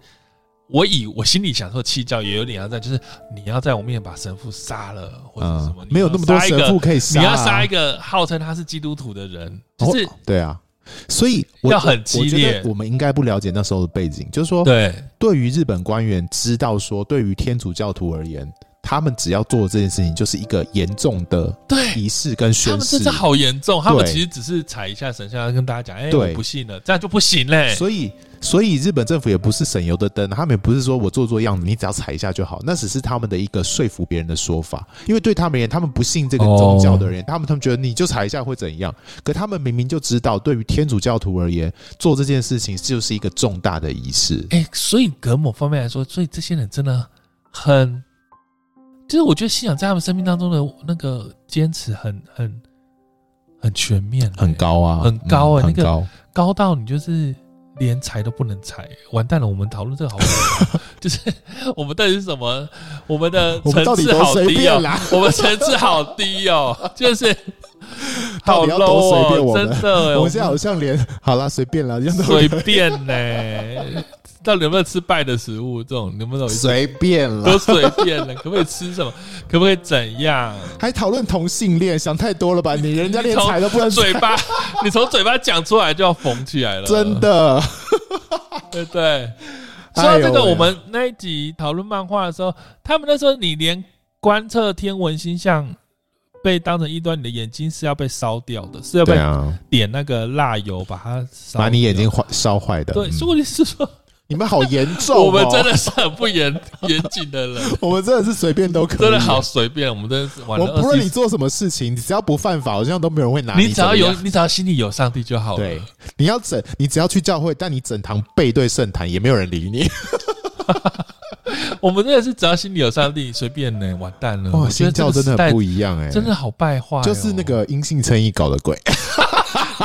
Speaker 1: 我以我心里想说弃教也有点要在，就是你要在我面前把神父杀了或者是什么，
Speaker 3: 嗯没有那么多神父
Speaker 1: 父，
Speaker 3: 可以杀
Speaker 1: 你要
Speaker 3: 啊，
Speaker 1: 杀一个号称他是基督徒的人，就是
Speaker 3: 哦对啊，所以我
Speaker 1: 要很
Speaker 3: 我
Speaker 1: 激
Speaker 3: 我觉得
Speaker 1: 烈
Speaker 3: 我们应该不了解那时候的背景，就是说，
Speaker 1: 对
Speaker 3: 对于日本官员知道说，对于天主教徒而言，他们只要做这件事情，就是一个严重的
Speaker 1: 对。
Speaker 3: 仪式跟
Speaker 1: 他
Speaker 3: 宣
Speaker 1: 们
Speaker 3: 誓
Speaker 1: 真是。好严重，他们
Speaker 3: 对
Speaker 1: 其实只是踩一下神像，跟大家讲，哎、
Speaker 3: 对
Speaker 1: 我不信了，这样就不行嘞、
Speaker 3: 所以，所以日本政府也不是省油的灯，他们也不是说我做做样子，你只要踩一下就好，那只是他们的一个说服别人的说法。因为对他们而言，他们不信这个宗教
Speaker 1: 哦
Speaker 3: 的人，他们他们觉得你就踩一下会怎样？可他们明明就知道，对于天主教徒而言，做这件事情就是一个重大的仪式。
Speaker 1: 哎、所以隔某方面来说，所以这些人真的很，就是我觉得信仰在他们生命当中的那个坚持很很很全面、
Speaker 3: 很，高啊，
Speaker 1: 很高欸
Speaker 3: 嗯
Speaker 1: 那
Speaker 3: 很
Speaker 1: 个
Speaker 3: 高。
Speaker 1: 高到你就是连踩都不能踩，完蛋了！我们讨论这个好无 聊，就是我们到底是什么？我们的
Speaker 3: 我们到
Speaker 1: 层次
Speaker 3: 底多
Speaker 1: 好
Speaker 3: 随
Speaker 1: 低
Speaker 3: 便
Speaker 1: 哦，
Speaker 3: 啦？
Speaker 1: 我们层次好低 哦，就是
Speaker 3: 到
Speaker 1: 好
Speaker 3: 底要多
Speaker 1: low
Speaker 3: 随便
Speaker 1: 哦，
Speaker 3: 我们
Speaker 1: 真的欸，
Speaker 3: 我们现在好像连好啦，随便啦，这样都
Speaker 1: 随便呢、到底有没有吃败的食物？这种你有没有有一些
Speaker 3: 随便
Speaker 1: 都
Speaker 3: 啦，
Speaker 1: 随便了，可不可以吃什么？可不可以怎样？
Speaker 3: 还讨论同性恋，想太多了吧？你人家连踩都不能踩
Speaker 1: 嘴 巴，你从嘴巴讲出来就要缝起来了，
Speaker 3: 真，的，
Speaker 1: 对不对。说
Speaker 3: 哎
Speaker 1: 到
Speaker 3: 呦
Speaker 1: 这个，
Speaker 3: 喂
Speaker 1: 我们那一集讨论漫画的时候，他们那时候你连观测天文星象被当成异端，你的眼睛是要被烧掉的，是要被
Speaker 3: 啊，
Speaker 1: 点那个蜡油把它烧，
Speaker 3: 把你眼。睛坏烧坏的。
Speaker 1: 对，
Speaker 3: 嗯
Speaker 1: 所以我的意思是说，
Speaker 3: 你们好严重哦，
Speaker 1: 我们真的是很不严严谨的人，
Speaker 3: 我们真的是随便都可以，
Speaker 1: 真的好。随便，我们真的是
Speaker 3: 我
Speaker 1: 玩了
Speaker 3: 们不论
Speaker 1: 二
Speaker 3: 你
Speaker 1: 十。
Speaker 3: 做什么事情，你只要不犯法，好像都没有人会拿
Speaker 1: 你只要有
Speaker 3: 怎么样
Speaker 1: 你只要心里有上帝就好了。
Speaker 3: 对，你要整，你只要去教会，但你整堂背对圣坛，也没有人理你。
Speaker 1: 我们真的是只要心里有上帝，随便呢、完蛋了。
Speaker 3: 哇，
Speaker 1: 嗯我觉
Speaker 3: 新
Speaker 1: 得这
Speaker 3: 教
Speaker 1: 个
Speaker 3: 真的
Speaker 1: 时代
Speaker 3: 很不一样哎，
Speaker 1: 真的好败坏哦、
Speaker 3: 就是那个阴性称义搞的鬼。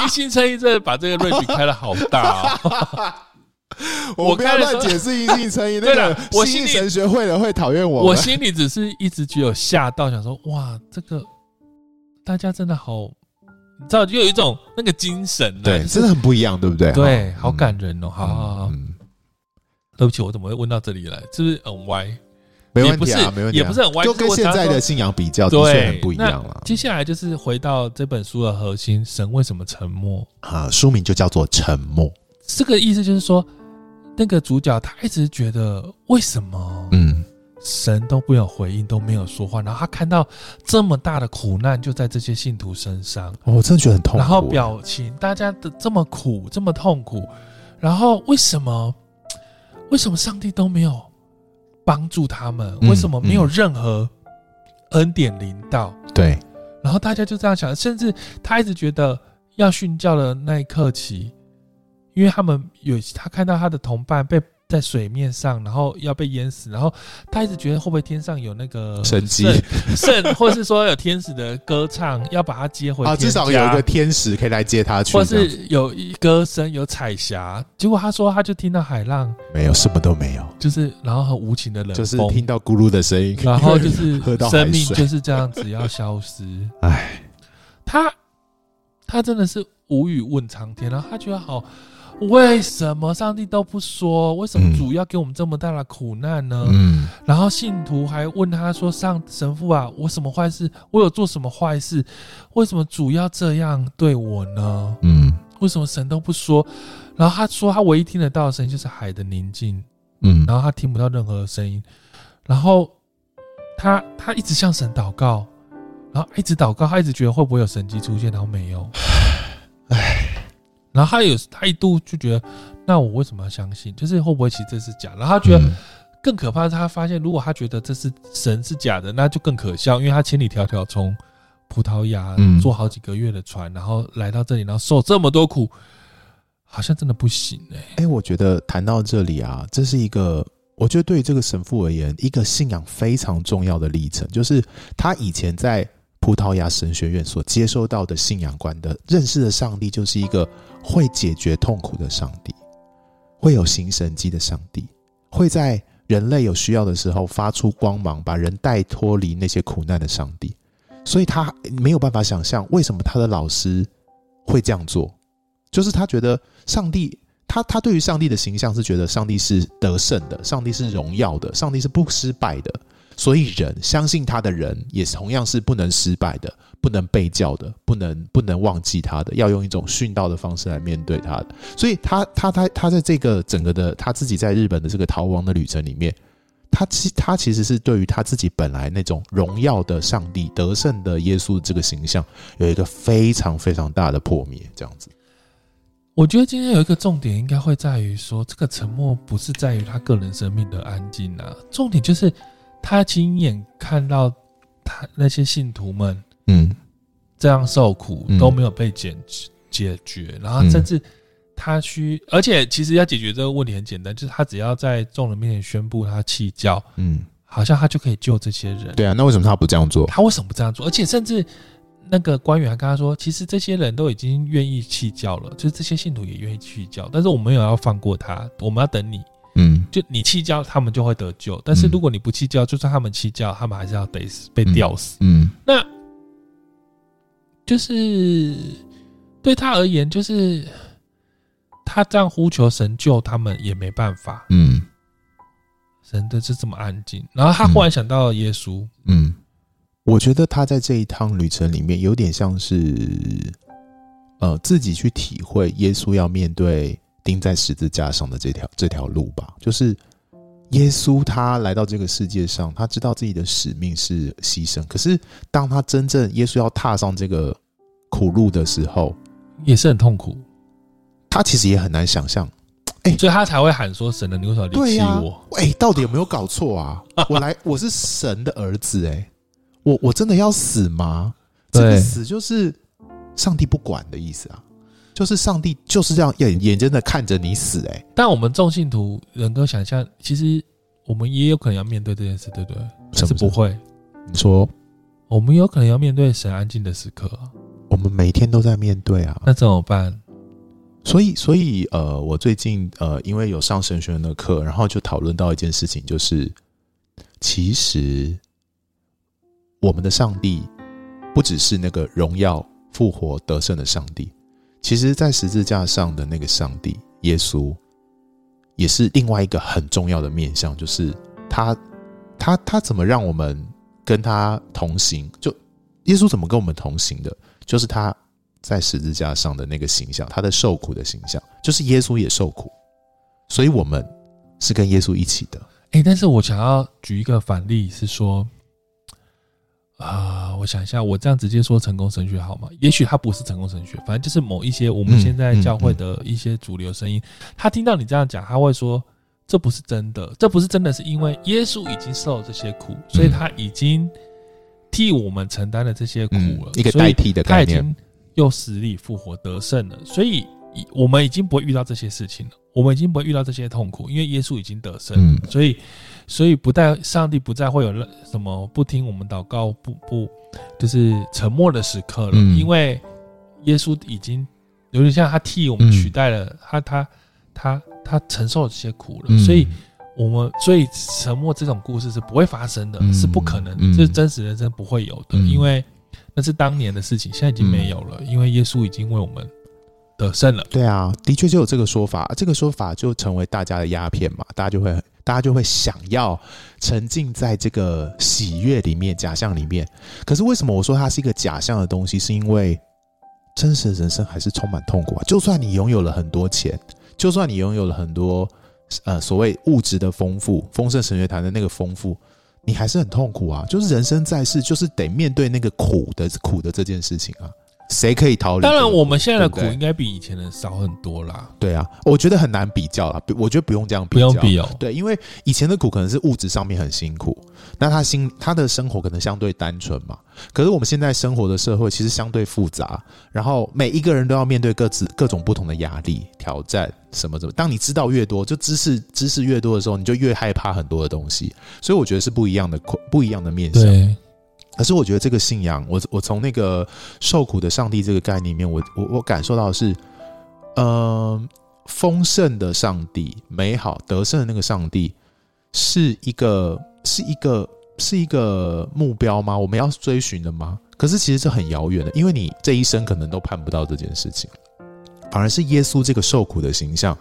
Speaker 1: 一心称意，真的把这个瑞比开的好大、哦。
Speaker 3: 我不要
Speaker 1: 看的
Speaker 3: 乱
Speaker 1: 时候
Speaker 3: 解释阴性称义，那
Speaker 1: 对啦
Speaker 3: 个
Speaker 1: 我
Speaker 3: 新
Speaker 1: 心
Speaker 3: 义
Speaker 1: 里
Speaker 3: 神学会的会讨厌 我
Speaker 1: 我
Speaker 3: 们。
Speaker 1: 心里只是一直只有吓到，想说哇，这个大家真的好，你知道，就有一种那个精神、啊，
Speaker 3: 对，
Speaker 1: 就是
Speaker 3: 真的很不一样，对不对？
Speaker 1: 对，
Speaker 3: 嗯
Speaker 1: 好感人哦。好好好，
Speaker 3: 嗯，
Speaker 1: 对不起，我怎么会问到这里来？是不是很歪？
Speaker 3: 没
Speaker 1: 也
Speaker 3: 问
Speaker 1: 不
Speaker 3: 题
Speaker 1: 是
Speaker 3: 啊，没问题啊，
Speaker 1: 也不是很歪
Speaker 3: 就跟
Speaker 1: 就是我
Speaker 3: 现
Speaker 1: 常
Speaker 3: 在
Speaker 1: 说
Speaker 3: 的信仰比较，的确
Speaker 1: 对
Speaker 3: 很，不一样
Speaker 1: 那
Speaker 3: 了。
Speaker 1: 接下来就是回到这本书的核心：神为什么沉默？
Speaker 3: 啊，书名就叫做《沉默》。
Speaker 1: 这个意思就是说，那个主角他一直觉得为什么
Speaker 3: 嗯，
Speaker 1: 神都没有回应，都没有说话，然后他看到这么大的苦难就在这些信徒身上，
Speaker 3: 哦我真的觉得很痛苦。
Speaker 1: 然后表情大家的这么苦，这么痛苦，然后为什么为什么上帝都没有帮助他们？
Speaker 3: 嗯
Speaker 1: 为什么没有
Speaker 3: 嗯
Speaker 1: 任何恩典临到？
Speaker 3: 对，
Speaker 1: 然后大家就这样想，甚至他一直觉得要殉教的那一刻起，因为他们有他看到他的同伴被在水面上，然后要被淹死，然后他一直觉得会不会天上有那个
Speaker 3: 神迹
Speaker 1: 圣，圣或是说有天使的歌唱要把他接回
Speaker 3: 啊，
Speaker 1: 天
Speaker 3: 至少有
Speaker 1: 家
Speaker 3: 一个天使可以来接他去，
Speaker 1: 或
Speaker 3: 这样
Speaker 1: 是有一歌声有彩霞，结果他说他就听到海浪，
Speaker 3: 没有什么都没有，
Speaker 1: 就是然后很无情的冷风，
Speaker 3: 就是听到咕噜的声音，
Speaker 1: 然后就是
Speaker 3: 喝到海
Speaker 1: 生命
Speaker 3: 水
Speaker 1: 就是这样子要消失。
Speaker 3: 唉，
Speaker 1: 他他真的是无语问苍天，然后他觉得好，为什么上帝都不说？为什么
Speaker 3: 嗯
Speaker 1: 主要给我们这么大的苦难呢？
Speaker 3: 嗯，
Speaker 1: 然后信徒还问他说：“上神父啊，我什么坏事？我有做什么坏事？为什么主要这样对我呢？
Speaker 3: 嗯
Speaker 1: 为什么神都不说？”然后他说，他唯一听得到的声音就是海的宁静，
Speaker 3: 嗯
Speaker 1: 然后他听不到任何声音，然后他他一直向神祷告，然后一直祷告，他一直觉得会不会有神迹出现，然后没有，唉，然后他有他一度就觉得，那我为什么要相信？就是会不会其实这是假？然后他觉得
Speaker 3: 嗯
Speaker 1: 更可怕的是，他发现如果他觉得这是神是假的，那就更可笑，因为他千里迢迢从葡萄牙
Speaker 3: 嗯
Speaker 1: 坐好几个月的船，然后来到这里，然后受这么多苦，好像真的不行哎、
Speaker 3: 哎、我觉得谈到这里啊，这是一个，我觉得对于这个神父而言，一个信仰非常重要的历程，就是他以前在葡萄牙神学院所接收到的信仰观的认识的上帝，就是一个会解决痛苦的上帝，会有行神迹的上帝，会在人类有需要的时候发出光芒，把人带脱离那些苦难的上帝。所以他没有办法想象为什么他的老师会这样做，就是他觉得上帝他他对于上帝的形象是觉得上帝是得胜的，上帝是荣耀的，上帝是不失败的，所以人相信他的人也同样是不能失败的，不能被教的，不能不能忘记他的，要用一种殉道的方式来面对他的。所以他他他他在这个整个的他自己在日本的这个逃亡的旅程里面。他其他其实是对于他自己本来那种荣耀的上帝、得胜的耶稣这个形象，有一个非常非常大的破灭，这样子。
Speaker 1: 我觉得今天有一个重点，应该会在于说，这个沉默不是在于他个人生命的安静啊，重点就是他亲眼看到他那些信徒们
Speaker 3: 嗯
Speaker 1: 这样受苦
Speaker 3: 嗯
Speaker 1: 都没有被解解决，然后甚至他需，而且其实要解决这个问题很简单，就是他只要在众人面前宣布他弃教，
Speaker 3: 嗯，
Speaker 1: 好像他就可以救这些人。
Speaker 3: 对啊，那为什么他不这样做？
Speaker 1: 他为什么不这样做？而且甚至那个官员还跟他说，其实这些人都已经愿意弃教了，就是这些信徒也愿意弃教，但是我们没有要放过他，我们要等你，
Speaker 3: 嗯
Speaker 1: 就你弃教，他们就会得救。但是如果你不弃教，就算他们弃教，他们还是要得死，被吊死。
Speaker 3: 嗯
Speaker 1: 那就是对他而言，就是他这样呼求神救他们也没办法，
Speaker 3: 嗯
Speaker 1: 神的就这么安静。然后他忽然想到了耶稣，
Speaker 3: 嗯，我觉得他在这一趟旅程里面，有点像是呃自己去体会耶稣要面对钉在十字架上的这条这条路吧。就是耶稣他来到这个世界上，他知道自己的使命是牺牲，可是当他真正耶稣要踏上这个苦路的时候，
Speaker 1: 也是很痛苦，
Speaker 3: 他其实也很难想象
Speaker 1: 所以他才会喊说：“神的啊你为什么离
Speaker 3: 对
Speaker 1: 弃
Speaker 3: 呀、
Speaker 1: 我？”
Speaker 3: 哎、到底有没有搞 错啊？我来，我是神的儿子、哎，我我真的要死吗？这
Speaker 1: 对
Speaker 3: 个死就是上帝不管的意思啊，就是上帝就是这样眼眼睁睁地看着你死、哎，
Speaker 1: 但我们众信徒能够想象，其实我们也有可能要面对这件事，对不对？但是
Speaker 3: 什么事
Speaker 1: 不会，
Speaker 3: 你说
Speaker 1: 我们有可能要面对神安静的时刻啊，
Speaker 3: 我们每天都在面对啊，
Speaker 1: 那怎么办？
Speaker 3: 所以，所以，呃，我最近呃，因为有上神学院的课，然后就讨论到一件事情，就是其实我们的上帝不只是那个荣耀、复活、得胜的上帝，其实在十字架上的那个上帝耶稣，也是另外一个很重要的面向，就是他，他，他怎么让我们跟他同行？就耶稣怎么跟我们同行的？就是他在十字架上的那个形象，他的受苦的形象，就是耶稣也受苦，所以我们是跟耶稣一起的。
Speaker 1: 哎、但是我想要举一个反例是说，啊、我想一下，我这样直接说成功神学好吗？也许它不是成功神学，反正就是某一些我们
Speaker 3: 嗯
Speaker 1: 现在
Speaker 3: 嗯
Speaker 1: 教会
Speaker 3: 嗯
Speaker 1: 的一些主流声音，他听到你这样讲，他会说这不是真的，这不是真的，是因为耶稣已经受了这些苦，
Speaker 3: 嗯
Speaker 1: 所以他已经替我们承担了这些苦
Speaker 3: 嗯
Speaker 1: 了，，
Speaker 3: 一个
Speaker 1: 所以
Speaker 3: 代替的
Speaker 1: 他
Speaker 3: 概
Speaker 1: 已
Speaker 3: 念，
Speaker 1: 经又死里复活得胜了，所以以我们已经不会遇到这些事情了，我们已经不会遇到这些痛苦，因为耶稣已经得胜了，
Speaker 3: 嗯
Speaker 1: 所以所以不但上帝不再会有任什么不听我们祷告不不就是沉默的时刻了，
Speaker 3: 嗯
Speaker 1: 因为耶稣已经有点像他替我们取代了、他他他他承受了这些苦了，
Speaker 3: 嗯
Speaker 1: 所以。我们所以沉默这种故事是不会发生的，
Speaker 3: 嗯
Speaker 1: 是不可能，
Speaker 3: 嗯
Speaker 1: 这是真实人生不会有的，
Speaker 3: 嗯
Speaker 1: 因为那是当年的事情，现在已经没有了，因为耶稣已经为我们得胜了。
Speaker 3: 对啊，的确就有这个说法，这个说法就成为大家的鸦片嘛，大家就会大家就会想要沉浸在这个喜悦里面、假象里面。可是为什么我说它是一个假象的东西？是因为真实的人生还是充满痛苦啊！就算你拥有了很多钱，就算你拥有了很多呃所谓物质的丰富，丰盛神学坛的那个丰富。你还是很痛苦啊！就是人生在世，就是得面对那个苦的苦的这件事情啊，谁可以逃离这
Speaker 1: 当
Speaker 3: 个苦？
Speaker 1: 然，我们现在的苦
Speaker 3: 对不对
Speaker 1: 应该比以前的少很多啦，
Speaker 3: 对啊，我觉得很难比较啦，不我觉得不用这样比
Speaker 1: 不
Speaker 3: 较。
Speaker 1: 用比哦。
Speaker 3: 对，因为以前的苦可能是物质上面很辛苦，那他心他的生活可能相对单纯嘛。可是我们现在生活的社会其实相对复杂，然后每一个人都要面对各自各种不同的压力、挑战什么什么。当你知道越多，就知识知识越多的时候，你就越害怕很多的东西。所以我觉得是不一样的苦，不一样的面向。
Speaker 1: 对，
Speaker 3: 可是我觉得这个信仰，我我从那个受苦的上帝这个概念里面，我我我感受到的是，呃，丰盛的上帝，美好得胜的那个上帝，是一个是一个是一个目标吗？我们要追寻的吗？可是其实是很遥远的，因为你这一生可能都盼不到这件事情，反而是耶稣这个受苦的形象，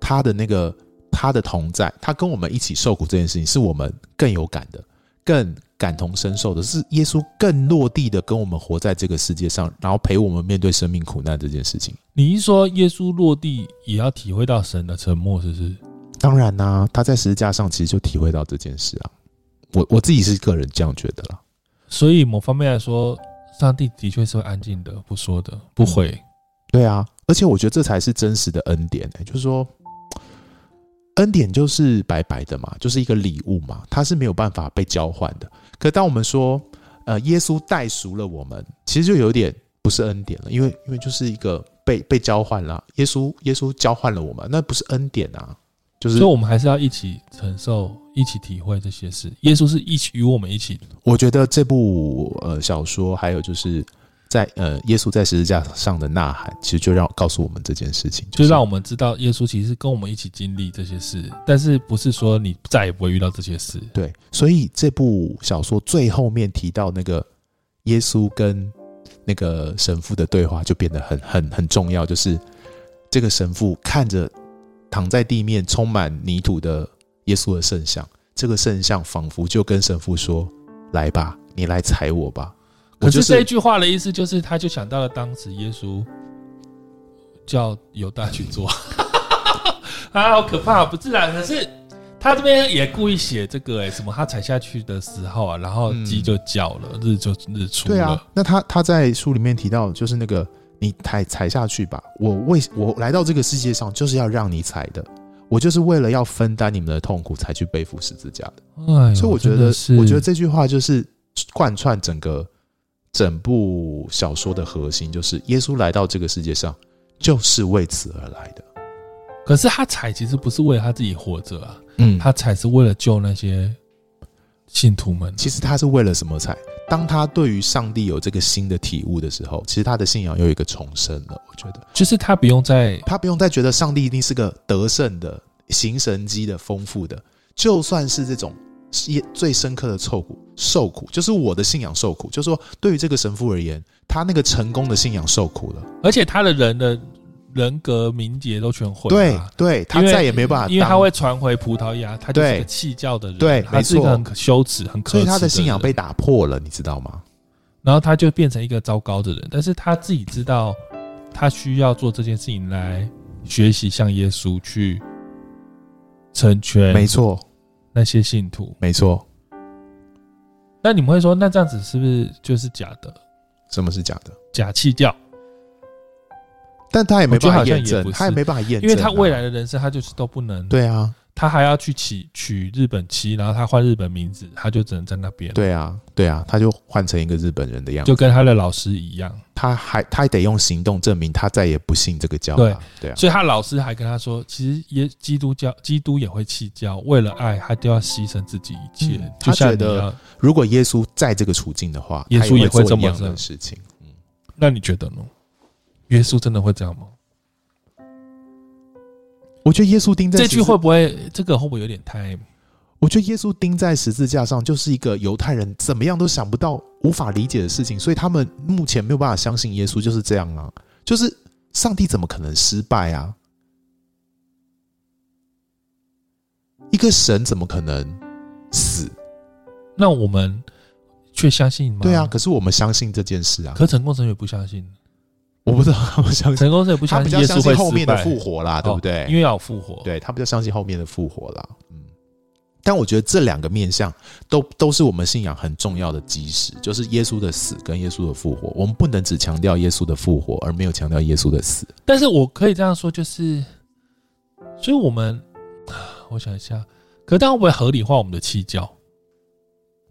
Speaker 3: 他的那个他的同在，他跟我们一起受苦这件事情，是我们更有感的。更感同身受的是，耶稣更落地的跟我们活在这个世界上，然后陪我们面对生命苦难这件事情。
Speaker 1: 你一说耶稣落地，也要体会到神的沉默，是不是？
Speaker 3: 当然啦、他在十字架上其实就体会到这件事啊。我我自己是个人这样觉得啦。
Speaker 1: 所以某方面来说，上帝的确是会安静的，不说的，不回。
Speaker 3: 对啊，而且我觉得这才是真实的恩典、欸，就是说，恩典就是白白的嘛，就是一个礼物嘛，它是没有办法被交换的。可当我们说，呃，耶稣代赎了我们，其实就有点不是恩典了，因为因为就是一个被被交换啦。耶稣耶稣交换了我们，那不是恩典啊，就是
Speaker 1: 所以，我们还是要一起承受，一起体会这些事。耶稣是一起与我们一起
Speaker 3: 我觉得这部呃小说，还有就是在呃耶稣在十字架上的呐喊，其实就让告诉我们这件事情，
Speaker 1: 就是让我们知道耶稣其实跟我们一起经历这些事，但是不是说你再也不会遇到这些事？
Speaker 3: 对，所以这部小说最后面提到那个耶稣跟那个神父的对话，就变得很很很重要。就是这个神父看着躺在地面充满泥土的耶稣的圣像，这个圣像仿佛就跟神父说：“来吧，你来踩我吧。”
Speaker 1: 可
Speaker 3: 我就是
Speaker 1: 这一句话的意思就是，他就想到了当时耶稣叫犹大去做， 啊，好可怕！不是啦，可是他这边也故意写这个、哎，什么他踩下去的时候啊，然后
Speaker 3: 嗯
Speaker 1: 鸡就叫了，日就日出了，
Speaker 3: 对啊，那他他在书里面提到，就是那个你踩踩下去吧，我为我来到这个世界上就是要让你踩的，我就是为了要分担你们的痛苦才去背负十字架的。
Speaker 1: 哎呦
Speaker 3: 所以我觉
Speaker 1: 真
Speaker 3: 得
Speaker 1: 的是，，
Speaker 3: 我觉得这句话就是贯穿整个整部小说的核心，就是耶稣来到这个世界上就是为此而来的。
Speaker 1: 可是他踩其实不是为了他自己活着啊，
Speaker 3: 嗯
Speaker 1: 他踩是为了救那些信徒们。
Speaker 3: 其实他是为了什么才？当他对于上帝有这个新的体悟的时候，其实他的信仰又有一个重生了。我觉得
Speaker 1: 啊就是他不用再
Speaker 3: 他不用再觉得上帝一定是个得胜的、行神机的、丰富的，就算是这种呃也最深刻的受苦，受苦就是我的信仰受苦，就是说对于这个神父而言，他那个成功的信仰受苦了。
Speaker 1: 而且他的人的人格、名节都全毁
Speaker 3: 对
Speaker 1: 了。啊
Speaker 3: 对，他
Speaker 1: 因为
Speaker 3: 再也没办法当，
Speaker 1: 因为他会传回葡萄牙，他就是
Speaker 3: 对
Speaker 1: 个弃教的人，
Speaker 3: 对
Speaker 1: 他是一
Speaker 3: 没
Speaker 1: 个
Speaker 3: 错
Speaker 1: 很可羞耻、很可耻
Speaker 3: 所以
Speaker 1: 人
Speaker 3: 他的信仰被，打破了，你知道吗？
Speaker 1: 然后他就变成一个糟糕的人。但是他自己知道，他需要做这件事情来学习向耶稣去成全
Speaker 3: 没错，
Speaker 1: 那些信徒。
Speaker 3: 没错，
Speaker 1: 那你们会说，那这样子是不是就是假的？
Speaker 3: 什么是假的？
Speaker 1: 假弃教，
Speaker 3: 但他也没办法
Speaker 1: 我觉得好
Speaker 3: 验
Speaker 1: 像也
Speaker 3: 证，
Speaker 1: 不是
Speaker 3: 他也没办法验证啊、
Speaker 1: 因为他未来的人生他就是都不能，
Speaker 3: 对啊，
Speaker 1: 他还要去娶娶日本妻，然后他换日本名字，他就只能在那边，，
Speaker 3: 对啊，对啊，他就换成一个日本人的样子
Speaker 1: 就，跟他的老师一样。
Speaker 3: 他还他还得用行动证明他再也不信这个教了、对啊，
Speaker 1: 所以他老师还跟他说，其实耶基督教基督也会弃教，为了爱他都要牺牲自己一切，
Speaker 3: 嗯
Speaker 1: 就像
Speaker 3: 他觉
Speaker 1: 你
Speaker 3: 得
Speaker 1: 要，
Speaker 3: 如果耶稣在这个处境的话，
Speaker 1: 耶稣
Speaker 3: 他也
Speaker 1: 也会
Speaker 3: 做
Speaker 1: 这
Speaker 3: 一
Speaker 1: 么
Speaker 3: 样的
Speaker 1: 做
Speaker 3: 事情。嗯
Speaker 1: 那你觉得呢？耶稣真的会这样吗？
Speaker 3: 我觉得耶稣钉在
Speaker 1: 这
Speaker 3: 十字
Speaker 1: 句会，不会这个会不会有点太？
Speaker 3: 我觉得耶稣钉在十字架上，就是一个犹太人怎么样都想不到、无法理解的事情，所以他们目前没有办法相信耶稣就是这样啊，就是上帝怎么可能失败啊？一个神怎么可能死？
Speaker 1: 那我们却相信吗？
Speaker 3: 对啊，，可是我们相信这件事啊，
Speaker 1: 可成功神也不相信，
Speaker 3: 我不知道他们相信。
Speaker 1: 成功神也不
Speaker 3: 他
Speaker 1: 相
Speaker 3: 比
Speaker 1: 信
Speaker 3: 较
Speaker 1: 耶
Speaker 3: 相
Speaker 1: 稣
Speaker 3: 信
Speaker 1: 会
Speaker 3: 后面的
Speaker 1: 失败
Speaker 3: 复活啦，对不对？
Speaker 1: 哦因为要有复活，
Speaker 3: 对他比较相信后面的复活啦。嗯，但我觉得这两个面向都都是我们信仰很重要的基石，就是耶稣的死跟耶稣的复活。我们不能只强调耶稣的复活，而没有强调耶稣的死。
Speaker 1: 但是我可以这样说，就是，所以我们， 我想一下，可是这样会不会合理化我们的弃教？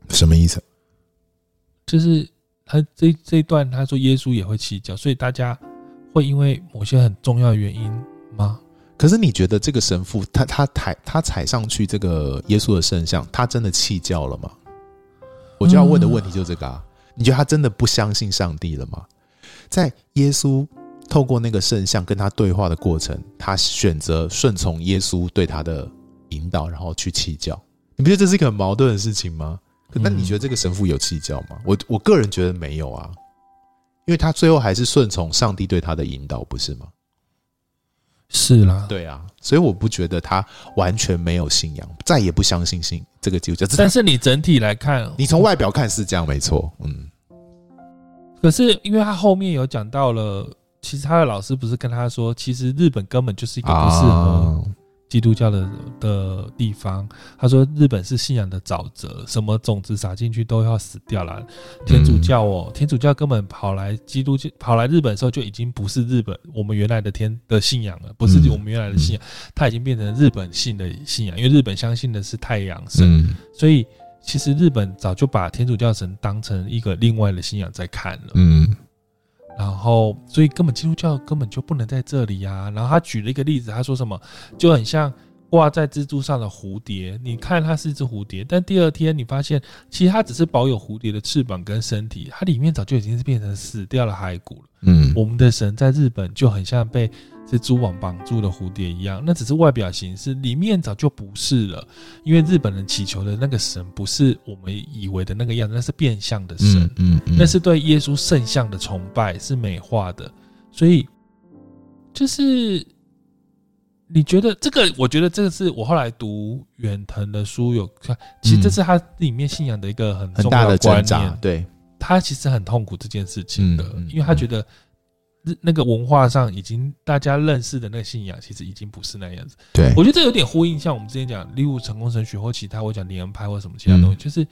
Speaker 3: 什么意思？
Speaker 1: 就是他这这一段他说耶稣也会弃教，所以大家会因为某些很重要的原因吗？
Speaker 3: 可是你觉得这个神父他他踩他踩上去这个耶稣的圣像，他真的弃教了吗？我就要问的问题就是这个啊，你觉得他真的不相信上帝了吗？在耶稣透过那个圣像跟他对话的过程，他选择顺从耶稣对他的引导，然后去弃教。你不觉得这是一个很矛盾的事情吗？可那
Speaker 1: 嗯
Speaker 3: 你觉得这个神父有弃教吗？我我个人觉得没有啊，因为他最后还是顺从上帝对他的引导，不是吗？
Speaker 1: 是啦，
Speaker 3: 对啊，所以我不觉得他完全没有信仰，再也不相信信这个基督教。
Speaker 1: 但是你整体来看，哦
Speaker 3: 你从外表看是这样，没错，嗯，
Speaker 1: 可是因为他后面有讲到了，其实他的老师不是跟他说，其实日本根本就是一个不适合
Speaker 3: 啊
Speaker 1: 基督教的的地方。他说日本是信仰的沼泽，什么种子撒进去都要死掉啦。天主教
Speaker 3: 嗯
Speaker 1: 哦，天主教根本跑来基督教跑来日本的时候就已经不是日本我们原来的天的信仰了，不是
Speaker 3: 嗯
Speaker 1: 我们原来的信仰，它已经变成日本信的信仰，因为日本相信的是太阳神，
Speaker 3: 嗯
Speaker 1: 所以其实日本早就把天主教神当成一个另外的信仰在看了。
Speaker 3: 嗯
Speaker 1: 然后，所以根本基督教根本就不能在这里啊。然后他举了一个例子，他说什么就很像挂在蜘蛛上的蝴蝶，你看它是一只蝴蝶，但第二天你发现其实它只是保有蝴蝶的翅膀跟身体，它里面早就已经是变成死掉的骸骨了。
Speaker 3: 嗯
Speaker 1: 我们的神在日本就很像被蜘蛛网绑住的蝴蝶一样，那只是外表形式，里面早就不是了。因为日本人祈求的那个神不是我们以为的那个样子，那是变相的神。
Speaker 3: 嗯，
Speaker 1: 那是对耶稣圣像的崇拜，是美化的。所以，就是你觉得这个，我觉得这个是我后来读远藤的书有看，其实这是他里面信仰的一个很
Speaker 3: 嗯很
Speaker 1: 重
Speaker 3: 大
Speaker 1: 要
Speaker 3: 的挣
Speaker 1: 观
Speaker 3: 扎，
Speaker 1: 念。
Speaker 3: 对，
Speaker 1: 他其实很痛苦这件事情的，
Speaker 3: 嗯嗯
Speaker 1: 因为他觉得日那个文化上已经大家认识的那个信仰，其实已经不是那样子。
Speaker 3: 对
Speaker 1: 我觉得这有点呼应，像我们之前讲，例如成功神学或其他，我讲连拍或什么其他东西，
Speaker 3: 嗯
Speaker 1: 就是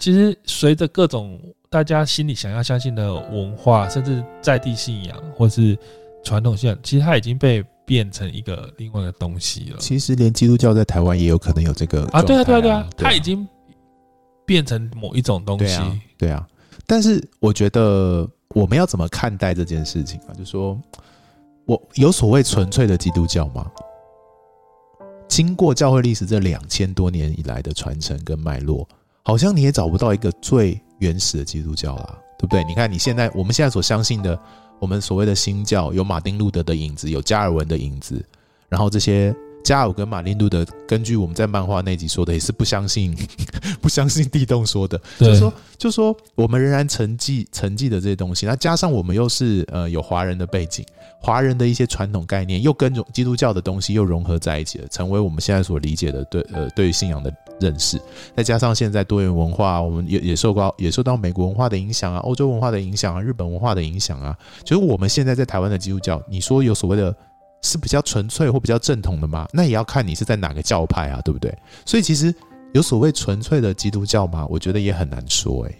Speaker 1: 其实随着各种大家心里想要相信的文化，甚至在地信仰或是传统信仰，其实它已经被变成一个另外的东西了。
Speaker 3: 其实连基督教在台湾也有可能有这个
Speaker 1: 啊，对啊，对啊，
Speaker 3: 状态
Speaker 1: 对啊，它已经变成某一种东
Speaker 3: 对
Speaker 1: 西。
Speaker 3: 啊，对啊。但是我觉得我们要怎么看待这件事情啊？就说我有所谓纯粹的基督教吗？经过教会历史这两千多年以来的传承跟脉络，好像你也找不到一个最原始的基督教啦，对不对？你看你现在我们现在所相信的，我们所谓的新教，有马丁路德的影子，有加尔文的影子，然后这些加尔文跟马丁路德，根据我们在漫画那集说的，也是不相信 不相信地动说的，
Speaker 1: 对
Speaker 3: 就说就说我们仍然承继承继的这些东西，那加上我们又是呃有华人的背景，华人的一些传统概念又跟融基督教的东西又融合在一起了，成为我们现在所理解的对呃对于信仰的认识。再加上现在多元文化，我们也也受到也受到美国文化的影响啊，欧洲文化的影响啊，日本文化的影响啊，就是我们现在在台湾的基督教，你说有所谓的是比较纯粹或比较正统的吗？那也要看你是在哪个教派啊，对不对？所以其实有所谓纯粹的基督教吗？我觉得也很难说、欸。哎，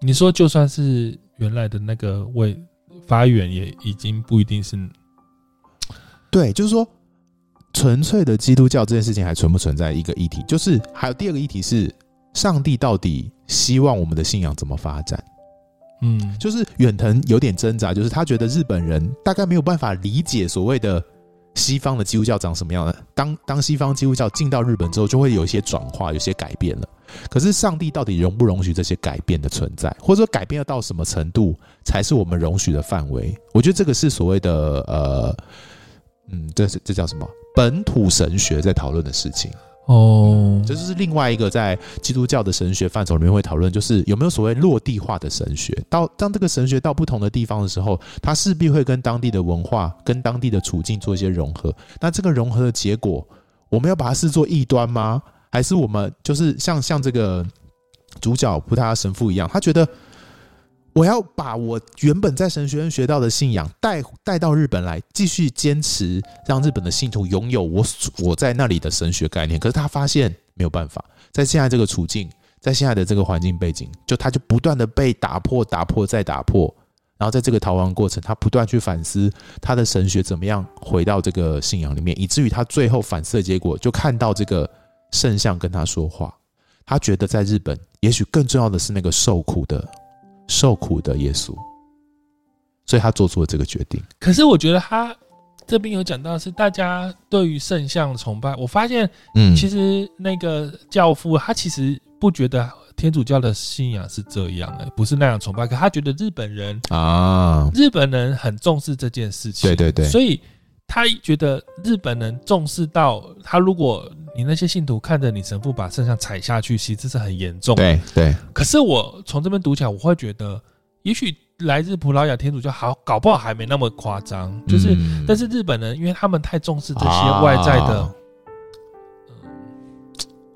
Speaker 1: 你说就算是原来的那个位发源，也已经不一定是
Speaker 3: 对，就是说纯粹的基督教这件事情还存不存在一个议题？就是还有第二个议题是，上帝到底希望我们的信仰怎么发展？
Speaker 1: 嗯，
Speaker 3: 就是远藤有点挣扎，就是他觉得日本人大概没有办法理解所谓的西方的基督教长什么样的。当当西方基督教进到日本之后，就会有一些转化，有一些改变了。可是上帝到底容不容许这些改变的存在，或者说改变要到什么程度才是我们容许的范围？我觉得这个是所谓的呃，嗯，这是这叫什么？本土神学在讨论的事情。
Speaker 1: 哦，
Speaker 3: 这就是另外一个在基督教的神学范畴里面会讨论，就是有没有所谓落地化的神学。到当这个神学到不同的地方的时候，它势必会跟当地的文化、跟当地的处境做一些融合。那这个融合的结果，我们要把它视作异端吗？还是我们就是像像这个主角葡萄牙神父一样，他觉得我要把我原本在神学院学到的信仰带带到日本来，继续坚持让日本的信徒拥有我所我在那里的神学概念。可是他发现没有办法，在现在这个处境，在现在的这个环境背景，就他就不断的被打破、打破再打破。然后在这个逃亡过程，他不断去反思他的神学怎么样回到这个信仰里面，以至于他最后反思的结果，就看到这个圣像跟他说话。他觉得在日本，也许更重要的是那个受苦的受苦的耶稣，所以他做出了这个决定。
Speaker 1: 可是我觉得他这边有讲到是大家对于圣像崇拜，我发现
Speaker 3: 嗯
Speaker 1: 其实那个教父他其实不觉得天主教的信仰是这样的，不是那样崇拜，可他觉得日本人
Speaker 3: 啊，
Speaker 1: 日本人很重视这件事情，
Speaker 3: 对对对，
Speaker 1: 所以他觉得日本人重视到他，如果你那些信徒看着你神父把圣像踩下去，其实是很严重的。
Speaker 3: 对对，
Speaker 1: 可是我从这边读起来，我会觉得，也许来自葡萄牙天主教好，搞不好还没那么夸张，就是。
Speaker 3: 嗯
Speaker 1: 但是日本人，因为他们太重视这些外在的、呃
Speaker 3: 啊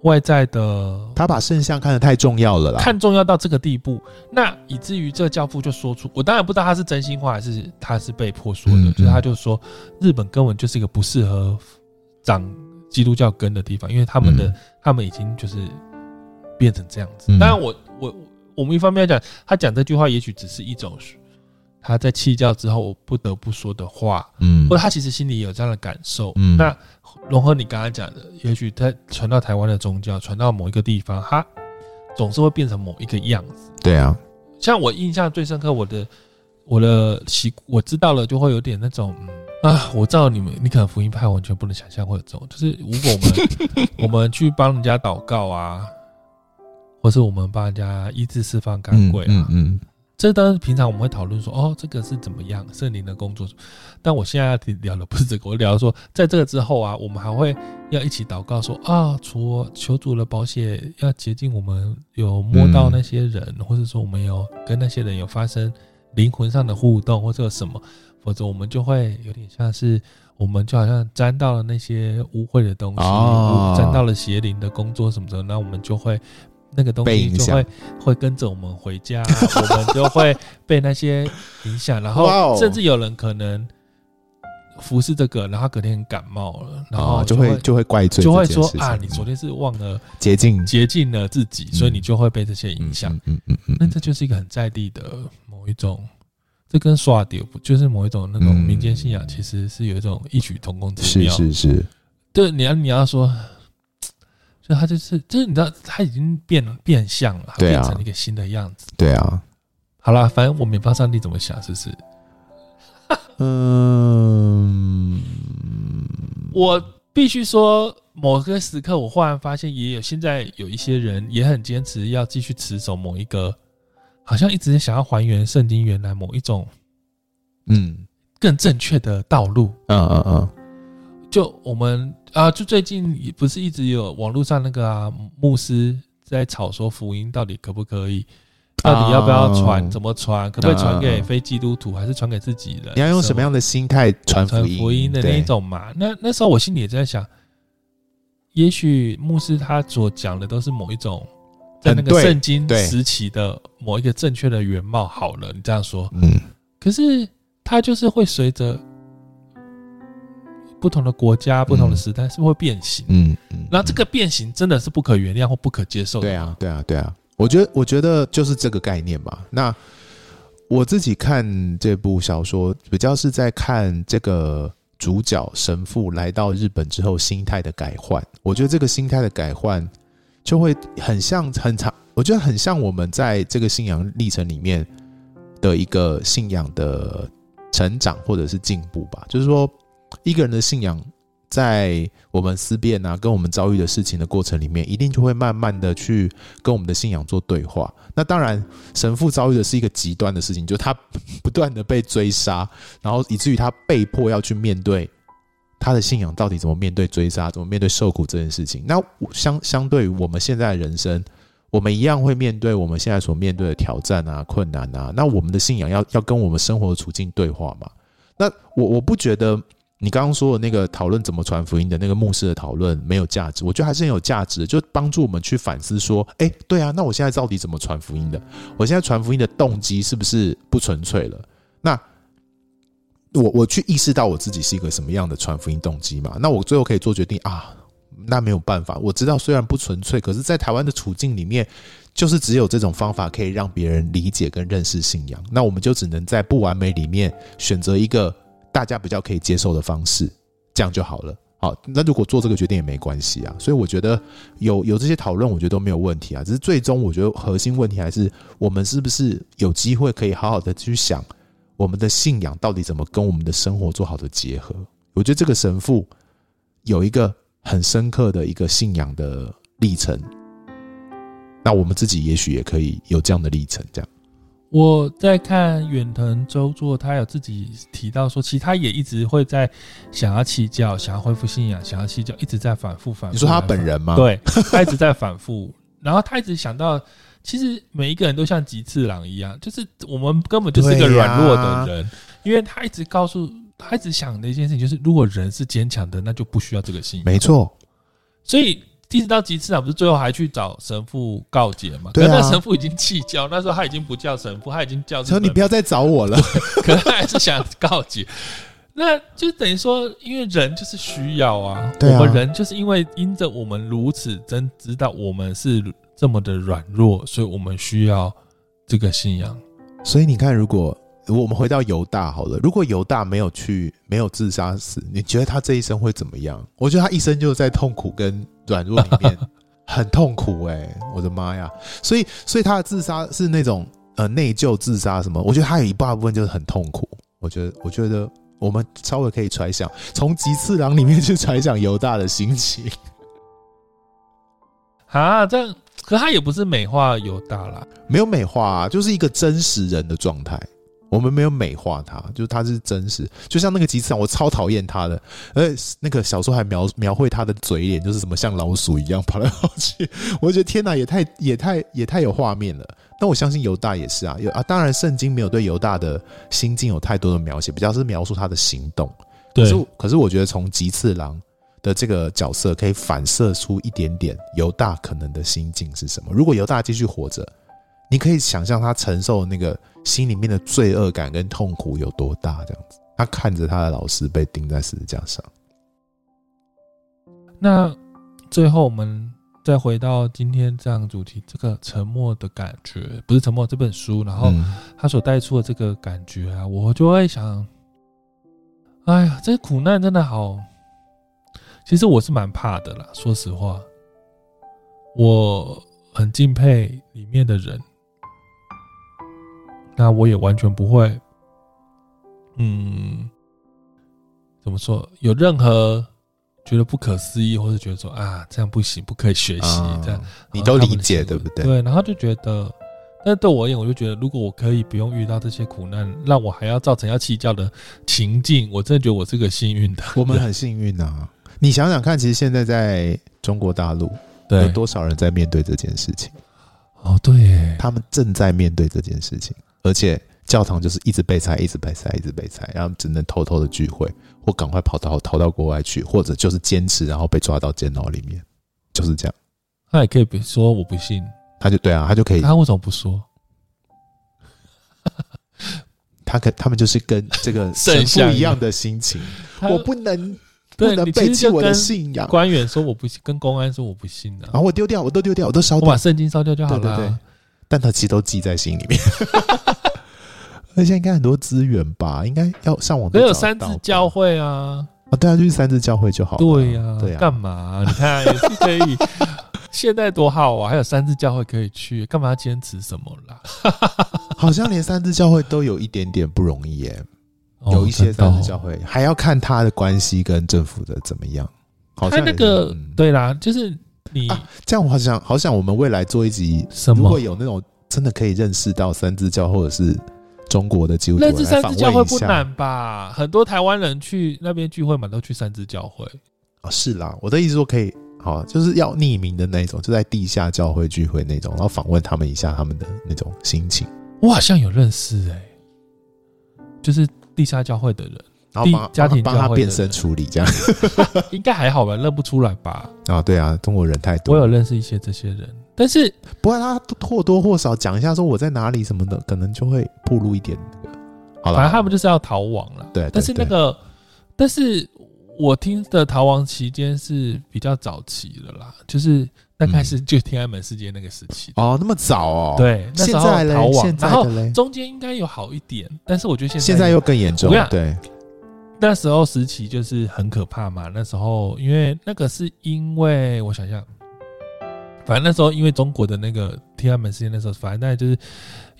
Speaker 1: 外在的
Speaker 3: 他啊把圣像看得太重要了啦。
Speaker 1: 看重要到这个地步，那以至于这教父就说出，我当然不知道他是真心话还是他是被迫说的，
Speaker 3: 嗯嗯
Speaker 1: 就是他就说日本根本就是一个不适合长基督教根的地方，因为他们的、
Speaker 3: 嗯
Speaker 1: 他们已经就是变成这样子。
Speaker 3: 嗯
Speaker 1: 当然我，我我我们一方面来讲，他讲这句话也许只是一种他在弃教之后我不得不说的话，
Speaker 3: 嗯
Speaker 1: 或者他其实心里也有这样的感受。
Speaker 3: 嗯
Speaker 1: 那融合你刚刚讲的，也许他传到台湾的宗教，传到某一个地方，它总是会变成某一个样子。
Speaker 3: 对啊，
Speaker 1: 像我印象最深刻，我的我的习我知道了，就会有点那种。嗯啊，我知道你们，你可能福音派完全不能想象会有这种，就是如果我们 我们去帮人家祷告啊，或是我们帮人家医治释 放
Speaker 3: 嗯
Speaker 1: 赶鬼啊，
Speaker 3: 嗯嗯，
Speaker 1: 这当然，平常我们会讨论说，哦，这个是怎么样圣灵的工作。但我现在要聊的不是这个，我聊说，在这个之后啊，我们还会要一起祷告说，啊，除求主的保险要洁净我们有摸到那些人，或者说我们有跟那些人有发生灵魂上的互动或者有什么，否则我们就会有点像是我们就好像沾到了那些污秽的东西，
Speaker 3: 哦
Speaker 1: 沾到了邪灵的工作什么的，那我们就会。那个东
Speaker 3: 被
Speaker 1: 西
Speaker 3: 影
Speaker 1: 就
Speaker 3: 响
Speaker 1: 会会跟着我们回家，啊 我们就会被那些影响，然
Speaker 3: 哇
Speaker 1: 后
Speaker 3: 哦
Speaker 1: 甚至有人可能服侍这个，然后隔天感冒了，然后
Speaker 3: 啊就
Speaker 1: 会
Speaker 3: 会就会怪罪
Speaker 1: 就
Speaker 3: 这
Speaker 1: 会
Speaker 3: 件
Speaker 1: 说
Speaker 3: 事情
Speaker 1: 啊，你昨天是忘了
Speaker 3: 洁净
Speaker 1: 洁净了自己，所以
Speaker 3: 嗯
Speaker 1: 你就会被这些影响。，
Speaker 3: 嗯嗯嗯嗯
Speaker 1: 那这就是一个很在地的某一种，这跟刷碟不就是某一种那种
Speaker 3: 嗯
Speaker 1: 民间信仰，其实是有一种异曲同工之
Speaker 3: 是
Speaker 1: 妙。
Speaker 3: 是是，
Speaker 1: 对，你要你要说，就他就是就是你知道他已经变了变相了，它
Speaker 3: 对
Speaker 1: 变
Speaker 3: 啊
Speaker 1: 成了一个新的样子。
Speaker 3: 对啊，
Speaker 1: 好啦，反正我们也不知道上帝怎么想，是不是？
Speaker 3: 嗯，
Speaker 1: 我必须说，某个时刻，我忽然发现，也有现在有一些人也很坚持要继续持守某一个，好像一直想要还原圣经原来某一种
Speaker 3: 嗯
Speaker 1: 更正确的道路。
Speaker 3: 嗯嗯嗯，
Speaker 1: 就我们啊，就最近也不是一直有网络上那个啊，牧师在吵说福音到底可不可以，到底要不要传，
Speaker 3: 哦
Speaker 1: 怎么传，可不可以传给
Speaker 3: 嗯嗯嗯
Speaker 1: 非基督徒，还是传给自己人？
Speaker 3: 你要用什么样的心态传
Speaker 1: 传
Speaker 3: 福
Speaker 1: 福音的那一
Speaker 3: 对
Speaker 1: 种嘛。那那时候我心里也在想，也许牧师他所讲的都是某一种在那
Speaker 3: 很
Speaker 1: 个
Speaker 3: 对
Speaker 1: 圣经
Speaker 3: 对
Speaker 1: 时期的某一个正确的原貌。好了，你这样说，
Speaker 3: 嗯
Speaker 1: 可是他就是会随着不同的国家、不同的时代是会变形。
Speaker 3: 嗯嗯，
Speaker 1: 那这个变形真的是不可原谅或不可接受的。
Speaker 3: 对啊，对啊，对啊，我觉得，我觉得就是这个概念吧。那我自己看这部小说，比较是在看这个主角神父来到日本之后心态的改换。我觉得这个心态的改换，就会很像很长，我觉得很像我们在这个信仰历程里面的一个信仰的成长或者是进步吧。就是说，一个人的信仰在我们思辨啊，跟我们遭遇的事情的过程里面，一定就会慢慢的去跟我们的信仰做对话。那当然，神父遭遇的是一个极端的事情，就是他不断的被追杀，然后以至于他被迫要去面对他的信仰到底怎么面对追杀，怎么面对受苦这件事情。那我相相对于我们现在的人生，我们一样会面对我们现在所面对的挑战啊、困难啊。那我们的信仰要要跟我们生活的处境对话嘛？那我我不觉得你刚刚说的那个讨论怎么传福音的那个牧师的讨论没有价值，我觉得还是很有价值的，就帮助我们去反思说，哎，对啊，那我现在到底怎么传福音的？我现在传福音的动机是不是不纯粹了？那我我去意识到我自己是一个什么样的传福音动机嘛？那我最后可以做决定啊。那没有办法，我知道虽然不纯粹，可是，在台湾的处境里面，就是只有这种方法可以让别人理解跟认识信仰。那我们就只能在不完美里面选择一个大家比较可以接受的方式，这样就好了。好，那如果做这个决定也没关系啊。所以我觉得有有这些讨论，我觉得都没有问题啊。只是最终，我觉得核心问题还是我们是不是有机会可以好好的去想我们的信仰到底怎么跟我们的生活做好的结合。我觉得这个神父有一个很深刻的一个信仰的历程。那我们自己也许也可以有这样的历程，这样。
Speaker 1: 我在看远藤周作，他有自己提到说，其实他也一直会在想要弃教、想要恢复信仰、想要弃教，一直在反复反复。
Speaker 3: 你说他
Speaker 1: 反复
Speaker 3: 本人吗？，
Speaker 1: 对，啊 他一直在反复，然后他一直想到，其实每一个人都像吉次郎一样，就是我们根本就是一个
Speaker 3: 对呀
Speaker 1: 软弱的人，因为他一直告诉他一直想的一件事情就是，如果人是坚强的，那就不需要这个信仰。
Speaker 3: 没错。
Speaker 1: 所以一直到吉次郎不是最后还去找神父告解嘛？
Speaker 3: 对啊
Speaker 1: 可是那神父已经弃教，那时候他已经不叫神父，他已经叫日
Speaker 3: 说
Speaker 1: 本
Speaker 3: 你不要再找我了。
Speaker 1: 可是他还是想告解。那就等于说，因为人就是需要啊，
Speaker 3: 对啊
Speaker 1: 我们人就是因为因着我们如此真知道我们是这么的软弱，所以我们需要这个信仰。
Speaker 3: 所以你看，如果我们回到犹大好了，如果犹大没有去没有自杀死，你觉得他这一生会怎么样？我觉得他一生就在痛苦跟软弱里面，很痛苦哎、我的妈呀！所以，所以他的自杀是那种呃内疚自杀什么？我觉得他有一大部分就是很痛苦。我觉得，我觉得我们稍微可以揣想，从吉次郎里面去揣想犹大的心情。
Speaker 1: 啊，这样，可他也不是美化犹大啦，
Speaker 3: 没有美化、啊，就是一个真实人的状态。我们没有美化他，就是他是真实。就像那个吉次郎，我超讨厌他的，而且那个小说还描描绘他的嘴脸，就是什么像老鼠一样跑来跑去。我觉得天哪，也太也太也太有画面了。但我相信犹大也是啊，有啊。当然，圣经没有对犹大的心境有太多的描写，比较是描述他的行动。
Speaker 1: 对
Speaker 3: 可，是，可是我觉得从吉次郎的这个角色可以反射出一点点犹大可能的心境是什么。如果犹大继续活着，你可以想象他承受那个心里面的罪恶感跟痛苦有多大，这样子。他看着他的老师被钉在十字架上，
Speaker 1: 那最后我们再回到今天这样的主题，这个沉默的感觉，不是沉默这本书，然后
Speaker 3: 嗯
Speaker 1: 他所带出的这个感觉啊，我就会想，哎呀，这苦难真的好。其实我是蛮怕的啦，说实话，我很敬佩里面的人，那我也完全不会，嗯，怎么说？有任何觉得不可思议，或者觉得说啊，这样不行，不可以学习、
Speaker 3: 啊
Speaker 1: 这样。哦
Speaker 3: 你都理解
Speaker 1: 然后他们的行为
Speaker 3: 对不对
Speaker 1: 对，然后就觉得，但是对我而言，我就觉得，如果我可以不用遇到这些苦难，让我还要造成要弃教的情境，我真的觉得我是个幸运的人。
Speaker 3: 我们很幸运啊！你想想看，其实现在在中国大陆有
Speaker 1: 对
Speaker 3: 多少人在面对这件事情？
Speaker 1: 哦，对耶，
Speaker 3: 他们正在面对这件事情，而且教堂就是一直被拆，一直被拆，一直被拆，然后只能偷偷的聚会，或赶快跑到逃到国外去，或者就是坚持，然后被抓到监牢里面，就是这样。
Speaker 1: 他也可以不说我不信，
Speaker 3: 他就对啊，他就可以，
Speaker 1: 他为什么不说？
Speaker 3: 他可他们就是跟这个
Speaker 1: 圣
Speaker 3: 神
Speaker 1: 像
Speaker 3: 父
Speaker 1: 一
Speaker 3: 一
Speaker 1: 样
Speaker 3: 样的心情，
Speaker 1: 他
Speaker 3: 我不能不
Speaker 1: 对
Speaker 3: 能
Speaker 1: 你其
Speaker 3: 背
Speaker 1: 实
Speaker 3: 弃
Speaker 1: 就
Speaker 3: 我的
Speaker 1: 跟
Speaker 3: 信仰。
Speaker 1: 官员说我不信，跟公安说我不信的、
Speaker 3: 然后我丢掉，我都丢掉，我都烧
Speaker 1: 我
Speaker 3: 掉
Speaker 1: 把。圣经烧掉就好
Speaker 3: 对
Speaker 1: 了
Speaker 3: 对
Speaker 1: 啊。
Speaker 3: 对，但他其实都记在心里面。 而且应该很多资源吧，应该要上网
Speaker 1: 可
Speaker 3: 都
Speaker 1: 是有
Speaker 3: 找
Speaker 1: 三
Speaker 3: 到
Speaker 1: 次
Speaker 3: 吧
Speaker 1: 教会啊，
Speaker 3: 啊，对啊，就是三字教会就好了。
Speaker 1: 对呀、
Speaker 3: 哦对啊呀、
Speaker 1: 干嘛、你看也是可以。 现在多好啊，还有三次教会可以去，干嘛坚持什么啦？
Speaker 3: 好像连三字教会都有一点点不容易耶，
Speaker 1: 哦
Speaker 3: 有一些
Speaker 1: 真
Speaker 3: 三
Speaker 1: 的哦
Speaker 3: 字教会还要看他的关系跟政府的怎么样。好
Speaker 1: 他
Speaker 3: 像
Speaker 1: 那
Speaker 3: 也是
Speaker 1: 个、
Speaker 3: 嗯
Speaker 1: 对啦，就是你
Speaker 3: 啊这样我好想好想我们未来做一集，
Speaker 1: 什
Speaker 3: 如
Speaker 1: 么
Speaker 3: 果有那种真的可以认识到三字教或者是中国的基督徒，
Speaker 1: 认识
Speaker 3: 来
Speaker 1: 三
Speaker 3: 访
Speaker 1: 支
Speaker 3: 问
Speaker 1: 教会
Speaker 3: 一
Speaker 1: 不
Speaker 3: 下
Speaker 1: 难吧？很多台湾人去那边聚会嘛，都去三支教会。
Speaker 3: 哦，是啦，我的意思说可以，好，就是要匿名的那一种，就在地下教会聚会那种，然后访问他们一下他们的那种心情，
Speaker 1: 我好像有认识哎、就是地下教会的 人，
Speaker 3: 然后
Speaker 1: 地
Speaker 3: 帮他
Speaker 1: 家庭
Speaker 3: 帮他
Speaker 1: 教
Speaker 3: 帮他
Speaker 1: 会
Speaker 3: 变
Speaker 1: 的
Speaker 3: 身
Speaker 1: 人
Speaker 3: 处理这样
Speaker 1: 应该还好吧，认不出来吧？
Speaker 3: 啊，对啊，中国人太多
Speaker 1: 我
Speaker 3: 了，
Speaker 1: 有认识一些这些人，但是
Speaker 3: 不过他或多或少讲一下说我在哪里什么的，可能就会暴露一点那个。好
Speaker 1: 反正
Speaker 3: 了，
Speaker 1: 他们就是要逃亡了。
Speaker 3: 对对
Speaker 1: 但是那
Speaker 3: 对
Speaker 1: 个，但是我听的逃亡期间是比较早期的啦，就是大
Speaker 3: 嗯
Speaker 1: 概是就天安门事件那个时期。
Speaker 3: 哦，那么早哦，，
Speaker 1: 对，那
Speaker 3: 现
Speaker 1: 时候
Speaker 3: 在嘞
Speaker 1: 逃，亡
Speaker 3: 现，
Speaker 1: 然
Speaker 3: 在
Speaker 1: 后
Speaker 3: 的嘞，
Speaker 1: 中间应该有好一点，但是我觉得现在
Speaker 3: 现在又更严重
Speaker 1: 我跟你，讲
Speaker 3: 对，
Speaker 1: 那时候时期就是很可怕嘛。那时候因为那个是因为我想想，反正那时候因为中国的那个天安门事件，那时候反正大概就是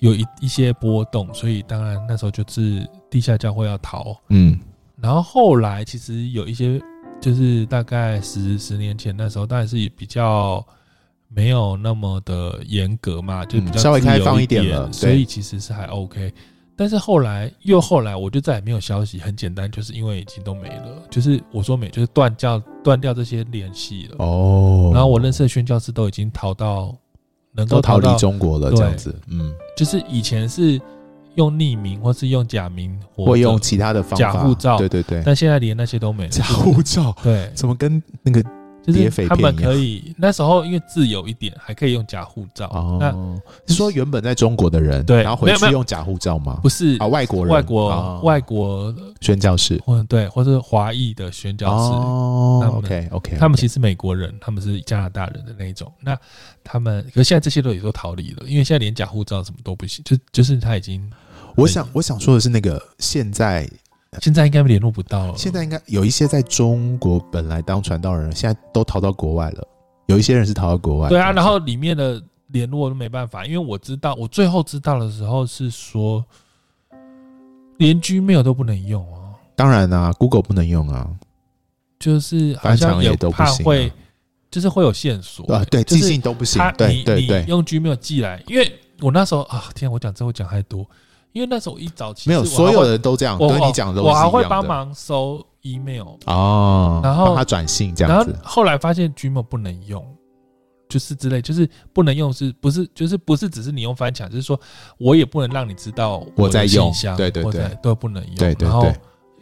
Speaker 1: 有一一些波动，所以当然那时候就是地下教会要逃。
Speaker 3: 嗯，
Speaker 1: 然后后来其实有一些就是大概十十年前那时候，当然是比较没有那么的严格嘛，就比较
Speaker 3: 嗯稍微
Speaker 1: 自由
Speaker 3: 开放
Speaker 1: 一
Speaker 3: 一点了
Speaker 1: 所
Speaker 3: 对
Speaker 1: 以其实是还 OK。但是后来又后来，我就再也没有消息。很简单，就是因为已经都没了，就是我说没，就是断掉断掉这些联系了。
Speaker 3: 哦，
Speaker 1: 然后我认识的宣教师都已经逃到能够
Speaker 3: 都逃
Speaker 1: 到
Speaker 3: 离中国了，
Speaker 1: 对
Speaker 3: 这样子，嗯，
Speaker 1: 就是以前是用匿名或是用假名活着，
Speaker 3: 或用其他的方法，
Speaker 1: 假护照
Speaker 3: 对对对，
Speaker 1: 但现在连那些都没了。
Speaker 3: 假护照
Speaker 1: 对，
Speaker 3: 怎么跟那个
Speaker 1: 就是他们可以那时候因为自由一点，还可以用假护照。那
Speaker 3: 哦，是说原本在中国的人，
Speaker 1: 对
Speaker 3: 然后回
Speaker 1: 没有没
Speaker 3: 去
Speaker 1: 有
Speaker 3: 用假护照吗？
Speaker 1: 不是
Speaker 3: 啊，外国人，
Speaker 1: 外国、
Speaker 3: 哦
Speaker 1: 外国
Speaker 3: 宣教士，
Speaker 1: 或对，或是华裔的宣教师，他
Speaker 3: 哦
Speaker 1: 们
Speaker 3: ，OK OK，
Speaker 1: 他们其实是美国人，他们是加拿大人的那一种。那他们可是现在这些都也都逃离了，因为现在连假护照什么都不行，就就是他已经
Speaker 3: 我想我想说的是，那个现在
Speaker 1: 现在应该联络不到了。
Speaker 3: 现在应该有一些在中国本来当传道人，现在都逃到国外了，有一些人是逃到国外，
Speaker 1: 对啊，
Speaker 3: 这样子
Speaker 1: 然后里面的联络都没办法，因为我知道我最后知道的时候是说，连 Gmail 都不能用哦、
Speaker 3: 当然啊，Google 不能用啊，
Speaker 1: 就是好
Speaker 3: 翻
Speaker 1: 像
Speaker 3: 墙也都不
Speaker 1: 怕
Speaker 3: 行啊
Speaker 1: 会，就是会有线索
Speaker 3: 啊，对，
Speaker 1: 就
Speaker 3: 寄
Speaker 1: 是
Speaker 3: 信都不行
Speaker 1: 他，
Speaker 3: 对
Speaker 1: 你
Speaker 3: 对
Speaker 1: 你
Speaker 3: 对，
Speaker 1: 用 Gmail 寄来，因为我那时候啊，天啊，我讲这我讲太多，因为那时候我一早起
Speaker 3: 没有，所有人都这样，
Speaker 1: 我哦
Speaker 3: 跟你讲的都
Speaker 1: 我还
Speaker 3: 是一
Speaker 1: 会
Speaker 3: 样
Speaker 1: 帮
Speaker 3: 的
Speaker 1: 忙收 email，
Speaker 3: 哦，
Speaker 1: 然后
Speaker 3: 帮他转信这
Speaker 1: 然
Speaker 3: 样
Speaker 1: 后
Speaker 3: 子，
Speaker 1: 后来发现 Gmail 不能用。就是之类，就是不能用，是不是？就是不是只是你用翻墙，就是说我也不能让你知道
Speaker 3: 我
Speaker 1: 的
Speaker 3: 在用
Speaker 1: 信箱
Speaker 3: 对对
Speaker 1: 我
Speaker 3: 对
Speaker 1: 在都不能用。
Speaker 3: 对对
Speaker 1: 然后
Speaker 3: 对，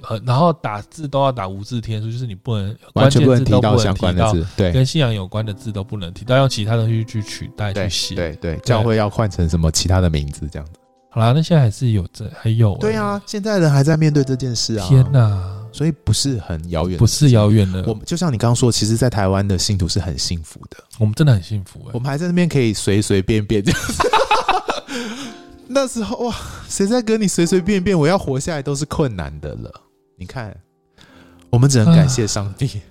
Speaker 1: 呃，然后打字都要打无字天书，就是你不能呃
Speaker 3: 完全
Speaker 1: 关键字
Speaker 3: 能提
Speaker 1: 都
Speaker 3: 到
Speaker 1: 不能
Speaker 3: 相
Speaker 1: 提
Speaker 3: 关的
Speaker 1: 到
Speaker 3: 字，对
Speaker 1: 跟信仰有关的字都不能提到，用其他东西去取代去
Speaker 3: 对
Speaker 1: 写。
Speaker 3: 对对，教会要换成什么其他的名字这样子。
Speaker 1: 好啦，那现在还是有这还有、欸。哎
Speaker 3: 对啊，现在人还在面对这件事啊，
Speaker 1: 天哪，
Speaker 3: 所以不是很遥远，
Speaker 1: 不是。遥远的，
Speaker 3: 我
Speaker 1: 我
Speaker 3: 们就像你刚刚说，其实，在台湾的信徒是很幸福的，
Speaker 1: 我们真的很幸福哎、
Speaker 3: 我们还在那边可以随随便便这样子。 那时候哇，谁在跟你随随便便？我要活下来都是困难的了。你看，我们只能感谢上帝。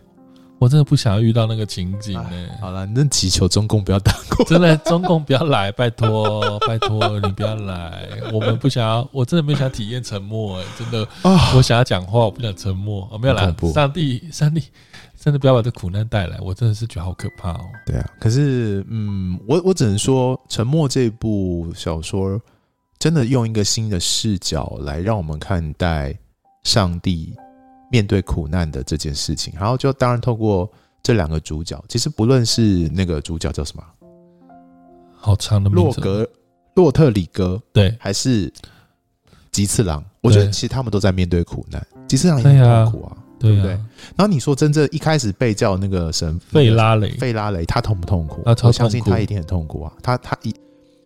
Speaker 1: 我真的不想要遇到那个情景哎、
Speaker 3: 好了，那祈求中共不要打 过来。
Speaker 1: 真的，中共不要来，拜托，拜托你不要来，我们不想要，我真的没有想体验沉默、哎，真的，
Speaker 3: 啊
Speaker 1: 我想要讲话，我不想沉默，哦，没有
Speaker 3: 很
Speaker 1: 啦
Speaker 3: 恐，怖
Speaker 1: 上帝，上帝，真的不要把这苦难带来，我真的是觉得好可怕哦，
Speaker 3: 对啊，可是嗯，我我只能说，《沉默》这部小说真的用一个新的视角来让我们看待上帝面对苦难的这件事情，然后就当然透过这两个主角，其实不论是那个主角叫什么啊
Speaker 1: 好长的呃名
Speaker 3: 洛
Speaker 1: 字，
Speaker 3: 格洛特里格，
Speaker 1: 对，
Speaker 3: 还是吉次郎，我觉得
Speaker 1: 对
Speaker 3: 其实他们都在面对苦难，吉次郎也很
Speaker 1: 对啊
Speaker 3: 痛苦啊。
Speaker 1: 对
Speaker 3: 对不
Speaker 1: 啊，
Speaker 3: 对然后你说真正一开始被叫那个神
Speaker 1: 费拉雷，
Speaker 3: 费拉雷他痛不痛苦？
Speaker 1: 他超
Speaker 3: 我相信
Speaker 1: 痛苦
Speaker 3: 啊他一定很痛苦啊！他他一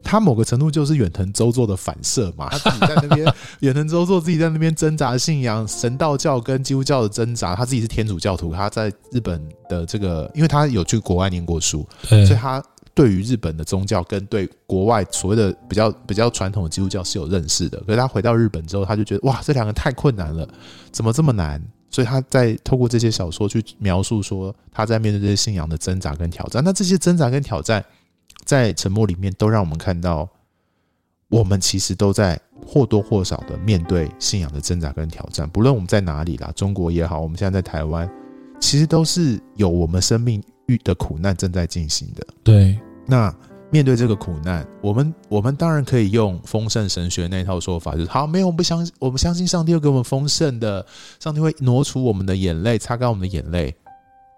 Speaker 3: 他某个程度就是远藤周作的反射嘛， 他自己在那边远藤周作自己在那边挣扎信仰神道教跟基督教的挣扎，他自己是天主教徒，他在日本的这个，因为他有去国外念过书，所以
Speaker 1: 对，
Speaker 3: 他对于日本的宗教跟对国外所谓的比较比较传统的基督教是有认识的。可是他回到日本之后，他就觉得哇，这两个太困难了，怎么这么难？所以他在透过这些小说去描述说他在面对这些信仰的挣扎跟挑战。那这些挣扎跟挑战，在沉默里面都让我们看到，我们其实都在或多或少的面对信仰的挣扎跟挑战。不论我们在哪里啦，中国也好，我们现在在台湾，其实都是有我们生命遇的苦难正在进行的。
Speaker 1: 对，
Speaker 3: 那面对这个苦难，我们我们当然可以用丰盛神学那一套说法，就是好，没有，我们不相信，我们相信上帝会给我们丰盛的，上帝会挪除我们的眼泪，擦干我们的眼泪。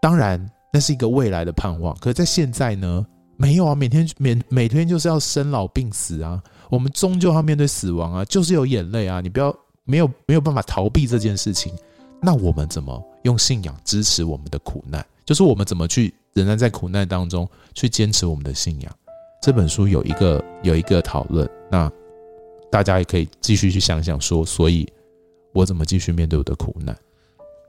Speaker 3: 当然，那是一个未来的盼望，可是在现在呢？没有啊，每天每每天就是要生老病死啊，我们终究要面对死亡啊，就是有眼泪啊，你不要没有没有办法逃避这件事情。那我们怎么用信仰支持我们的苦难？就是我们怎么去仍然在苦难当中去坚持我们的信仰。这本书有一个有一个讨论，那大家也可以继续去想想说，所以我怎么继续面对我的苦难？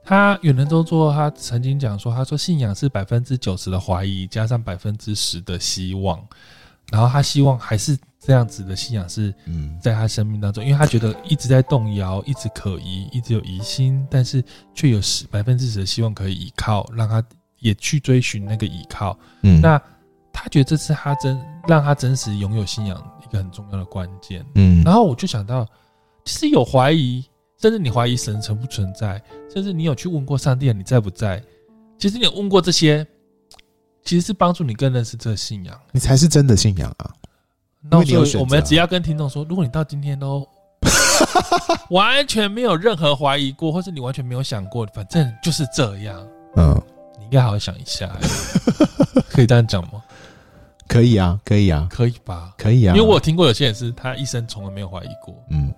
Speaker 1: 他远藤周作他曾经讲说，他说信仰是百分之九十的怀疑，加上百分之十的希望，然后他希望还是这样子的信仰是
Speaker 3: 嗯，
Speaker 1: 在他生命当中，因为他觉得一直在动摇，一直可疑，一直有疑心，但是却有十百分之十的希望可以依靠，让他也去追寻那个依靠。
Speaker 3: 嗯
Speaker 1: 那他觉得这是他真让他真实拥有信仰一个很重要的关键。
Speaker 3: 嗯
Speaker 1: 然后我就想到，其实有怀疑，甚至你怀疑神存不存在，甚至你有去问过上帝你在不在，其实你有问过这些，其实是帮助你更认识这个信仰。
Speaker 3: 你才是真的信仰啊！因
Speaker 1: 那
Speaker 3: 为你有
Speaker 1: 所
Speaker 3: 选择
Speaker 1: 以我
Speaker 3: 啊
Speaker 1: 们只要跟听众说，如果你到今天 都完全没有任何怀疑过，或是你完全没有想过，反正就是这样，
Speaker 3: 嗯，
Speaker 1: 你应该好好想一 下，可以这样讲吗？
Speaker 3: 可以啊，可以啊，
Speaker 1: 可以吧？
Speaker 3: 可以啊，
Speaker 1: 因为我有听过有些人是他一生从来没有怀疑过，
Speaker 3: 嗯，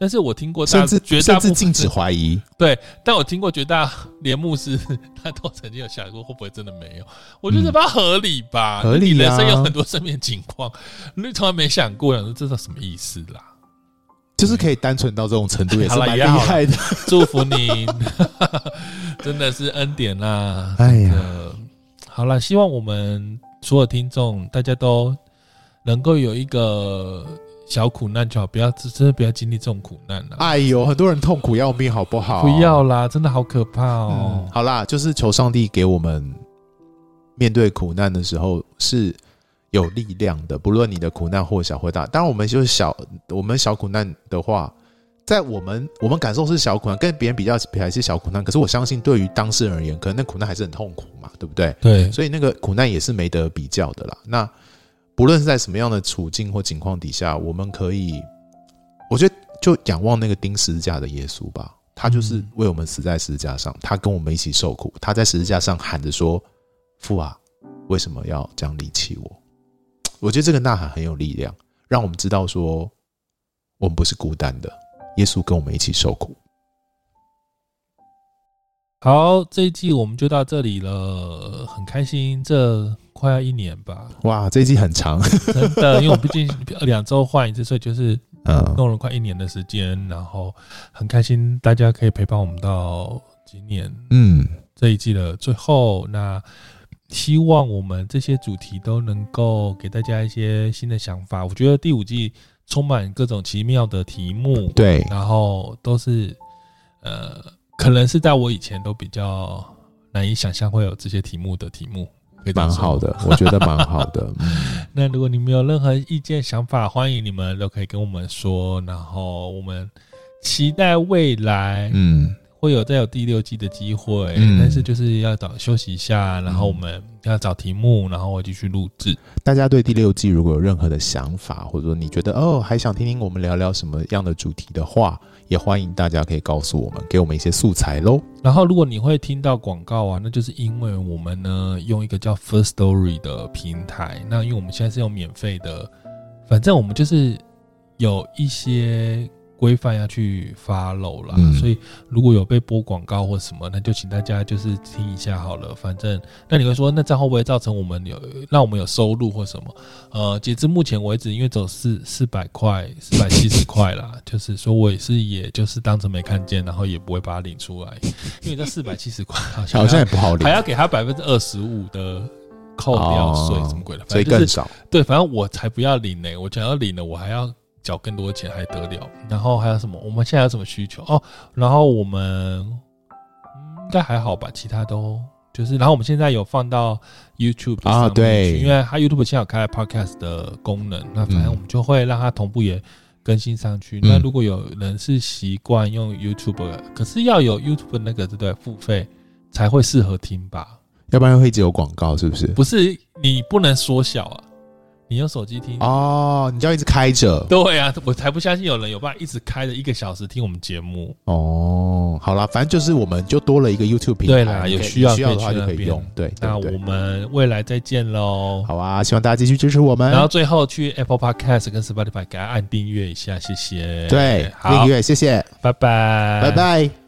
Speaker 1: 但是我听过大
Speaker 3: 甚至
Speaker 1: 绝大
Speaker 3: 甚
Speaker 1: 部
Speaker 3: 至
Speaker 1: 分
Speaker 3: 禁止怀疑，
Speaker 1: 对，但我听过绝大连牧师，他都曾经有想过会不会真的没有。我觉得
Speaker 3: 嗯
Speaker 1: 吧，合理吧，
Speaker 3: 合理
Speaker 1: 你人生
Speaker 3: 啊
Speaker 1: 有很多生命情况，你从来没想过，想说这是什么意思啦？
Speaker 3: 就是可以单纯到这种程度，也是
Speaker 1: 好啦
Speaker 3: 蛮厉
Speaker 1: 也好啦
Speaker 3: 害的。
Speaker 1: 祝福你，真的是恩典啦！
Speaker 3: 哎呀
Speaker 1: 真的，好啦，希望我们所有听众大家都能够有一个小苦难就好，不要真的不要经历这种苦难啦。
Speaker 3: 哎呦，很多人痛苦要命，好不好？
Speaker 1: 不要啦，真的好可怕哦
Speaker 3: 啊嗯！，好啦，就是求上帝给我们面对苦难的时候是有力量的，不论你的苦难或小或大。当然，我们就是小，我们小苦难的话，在我们我们感受是小苦难，跟别人比较起来是小苦难。可是我相信，对于当事人而言，可能那苦难还是很痛苦嘛，对不对？
Speaker 1: 对，
Speaker 3: 所以那个苦难也是没得比较的啦。那不论是在什么样的处境或情况底下，我们可以，我觉得就仰望那个钉十字架的耶稣吧，他就是
Speaker 1: 嗯
Speaker 3: 为我们死在十字架上，他跟我们一起受苦，他在十字架上喊着说：“父啊，为什么要这样离弃我？”我觉得这个呐喊很有力量，让我们知道说，我们不是孤单的，耶稣跟我们一起受苦。
Speaker 1: 好，这一季我们就到这里了，很开心，这快要一年吧，
Speaker 3: 哇，这一集很长，
Speaker 1: 真的，因为我们毕竟两周换一次，所以就是
Speaker 3: 嗯，
Speaker 1: 弄了快一年的时间，然后很开心大家可以陪伴我们到今年
Speaker 3: 嗯，
Speaker 1: 这一季的最后。那希望我们这些主题都能够给大家一些新的想法。我觉得第五季充满各种奇妙的题目，
Speaker 3: 对，
Speaker 1: 然后都是呃，可能是在我以前都比较难以想象会有这些题目的题目，可以这样
Speaker 3: 蛮
Speaker 1: 说
Speaker 3: 好。的，我觉得蛮好的，嗯。
Speaker 1: 那如果你们有任何意见想法，欢迎你们都可以跟我们说，然后我们期待未来
Speaker 3: 嗯，
Speaker 1: 会有再有第六季的机会，
Speaker 3: 嗯
Speaker 1: 但是就是要找休息一下，然后我们要找题目，然后我继续录制。
Speaker 3: 大家对第六季如果有任何的想法，或者说你觉得哦还想听听我们聊聊什么样的主题的话，也欢迎大家可以告诉我们，给我们一些素材喽。
Speaker 1: 然后，如果你会听到广告啊，那就是因为我们呢用一个叫 First Story 的平台。那因为我们现在是用免费的，反正我们就是有一些规范要去 follow 啦。
Speaker 3: 嗯
Speaker 1: 所以如果有被播广告或什么，那就请大家就是听一下好了。反正那你会说，那这样会不会造成我们有让我们有收入或什么？呃，截至目前为止，因为走四四百块、四百七十块啦，就是说我也是，也就是当成没看见，然后也不会把它领出来，因为这四百七十块 好像
Speaker 3: 好像也不好领
Speaker 1: 还，要给他百分之二十五的扣掉税
Speaker 3: 哦
Speaker 1: 什么鬼的，
Speaker 3: 所
Speaker 1: 反
Speaker 3: 以
Speaker 1: 正就
Speaker 3: 更
Speaker 1: 是
Speaker 3: 少。
Speaker 1: 对，反正我才不要领呢、我想要领了，我还要缴更多钱，还得了？然后还有什么？我们现在有什么需求？哦，然后我们嗯应该还好吧，其他都就是，然后我们现在有放到 YouTube
Speaker 3: 啊
Speaker 1: 上面去
Speaker 3: 对
Speaker 1: 因为它 YouTube 现在有开了 Podcast 的功能，那反正我们就会让它同步也。更新上去。那
Speaker 3: 嗯
Speaker 1: 如果有人是习惯用 YouTube，的可是要有 YouTube 那个对不对？付费才会适合听吧？
Speaker 3: 要不然会一直有广告，是不是？
Speaker 1: 不是你不能缩小啊，你用手机听。
Speaker 3: 哦，你就要一直开着。
Speaker 1: 对啊，我才不相信有人有办法一直开着一个小时听我们节目。
Speaker 3: 哦，好啦，反正就是我们就多了一个 YouTube 平台，
Speaker 1: 对啦，
Speaker 3: 你
Speaker 1: 有
Speaker 3: 可以
Speaker 1: 需要
Speaker 3: 需要的话
Speaker 1: 去
Speaker 3: 就
Speaker 1: 那
Speaker 3: 可以
Speaker 1: 边
Speaker 3: 用。对，
Speaker 1: 那
Speaker 3: 对
Speaker 1: 我
Speaker 3: 对。
Speaker 1: 们未来再见喽。
Speaker 3: 好啊，希望大家继续支持我们
Speaker 1: 然。后最后去 Apple Podcast 跟 Spotify 给它按订阅一下，谢谢。
Speaker 3: 对，
Speaker 1: 好
Speaker 3: 订，阅，谢谢，
Speaker 1: 拜拜，
Speaker 3: 拜。拜。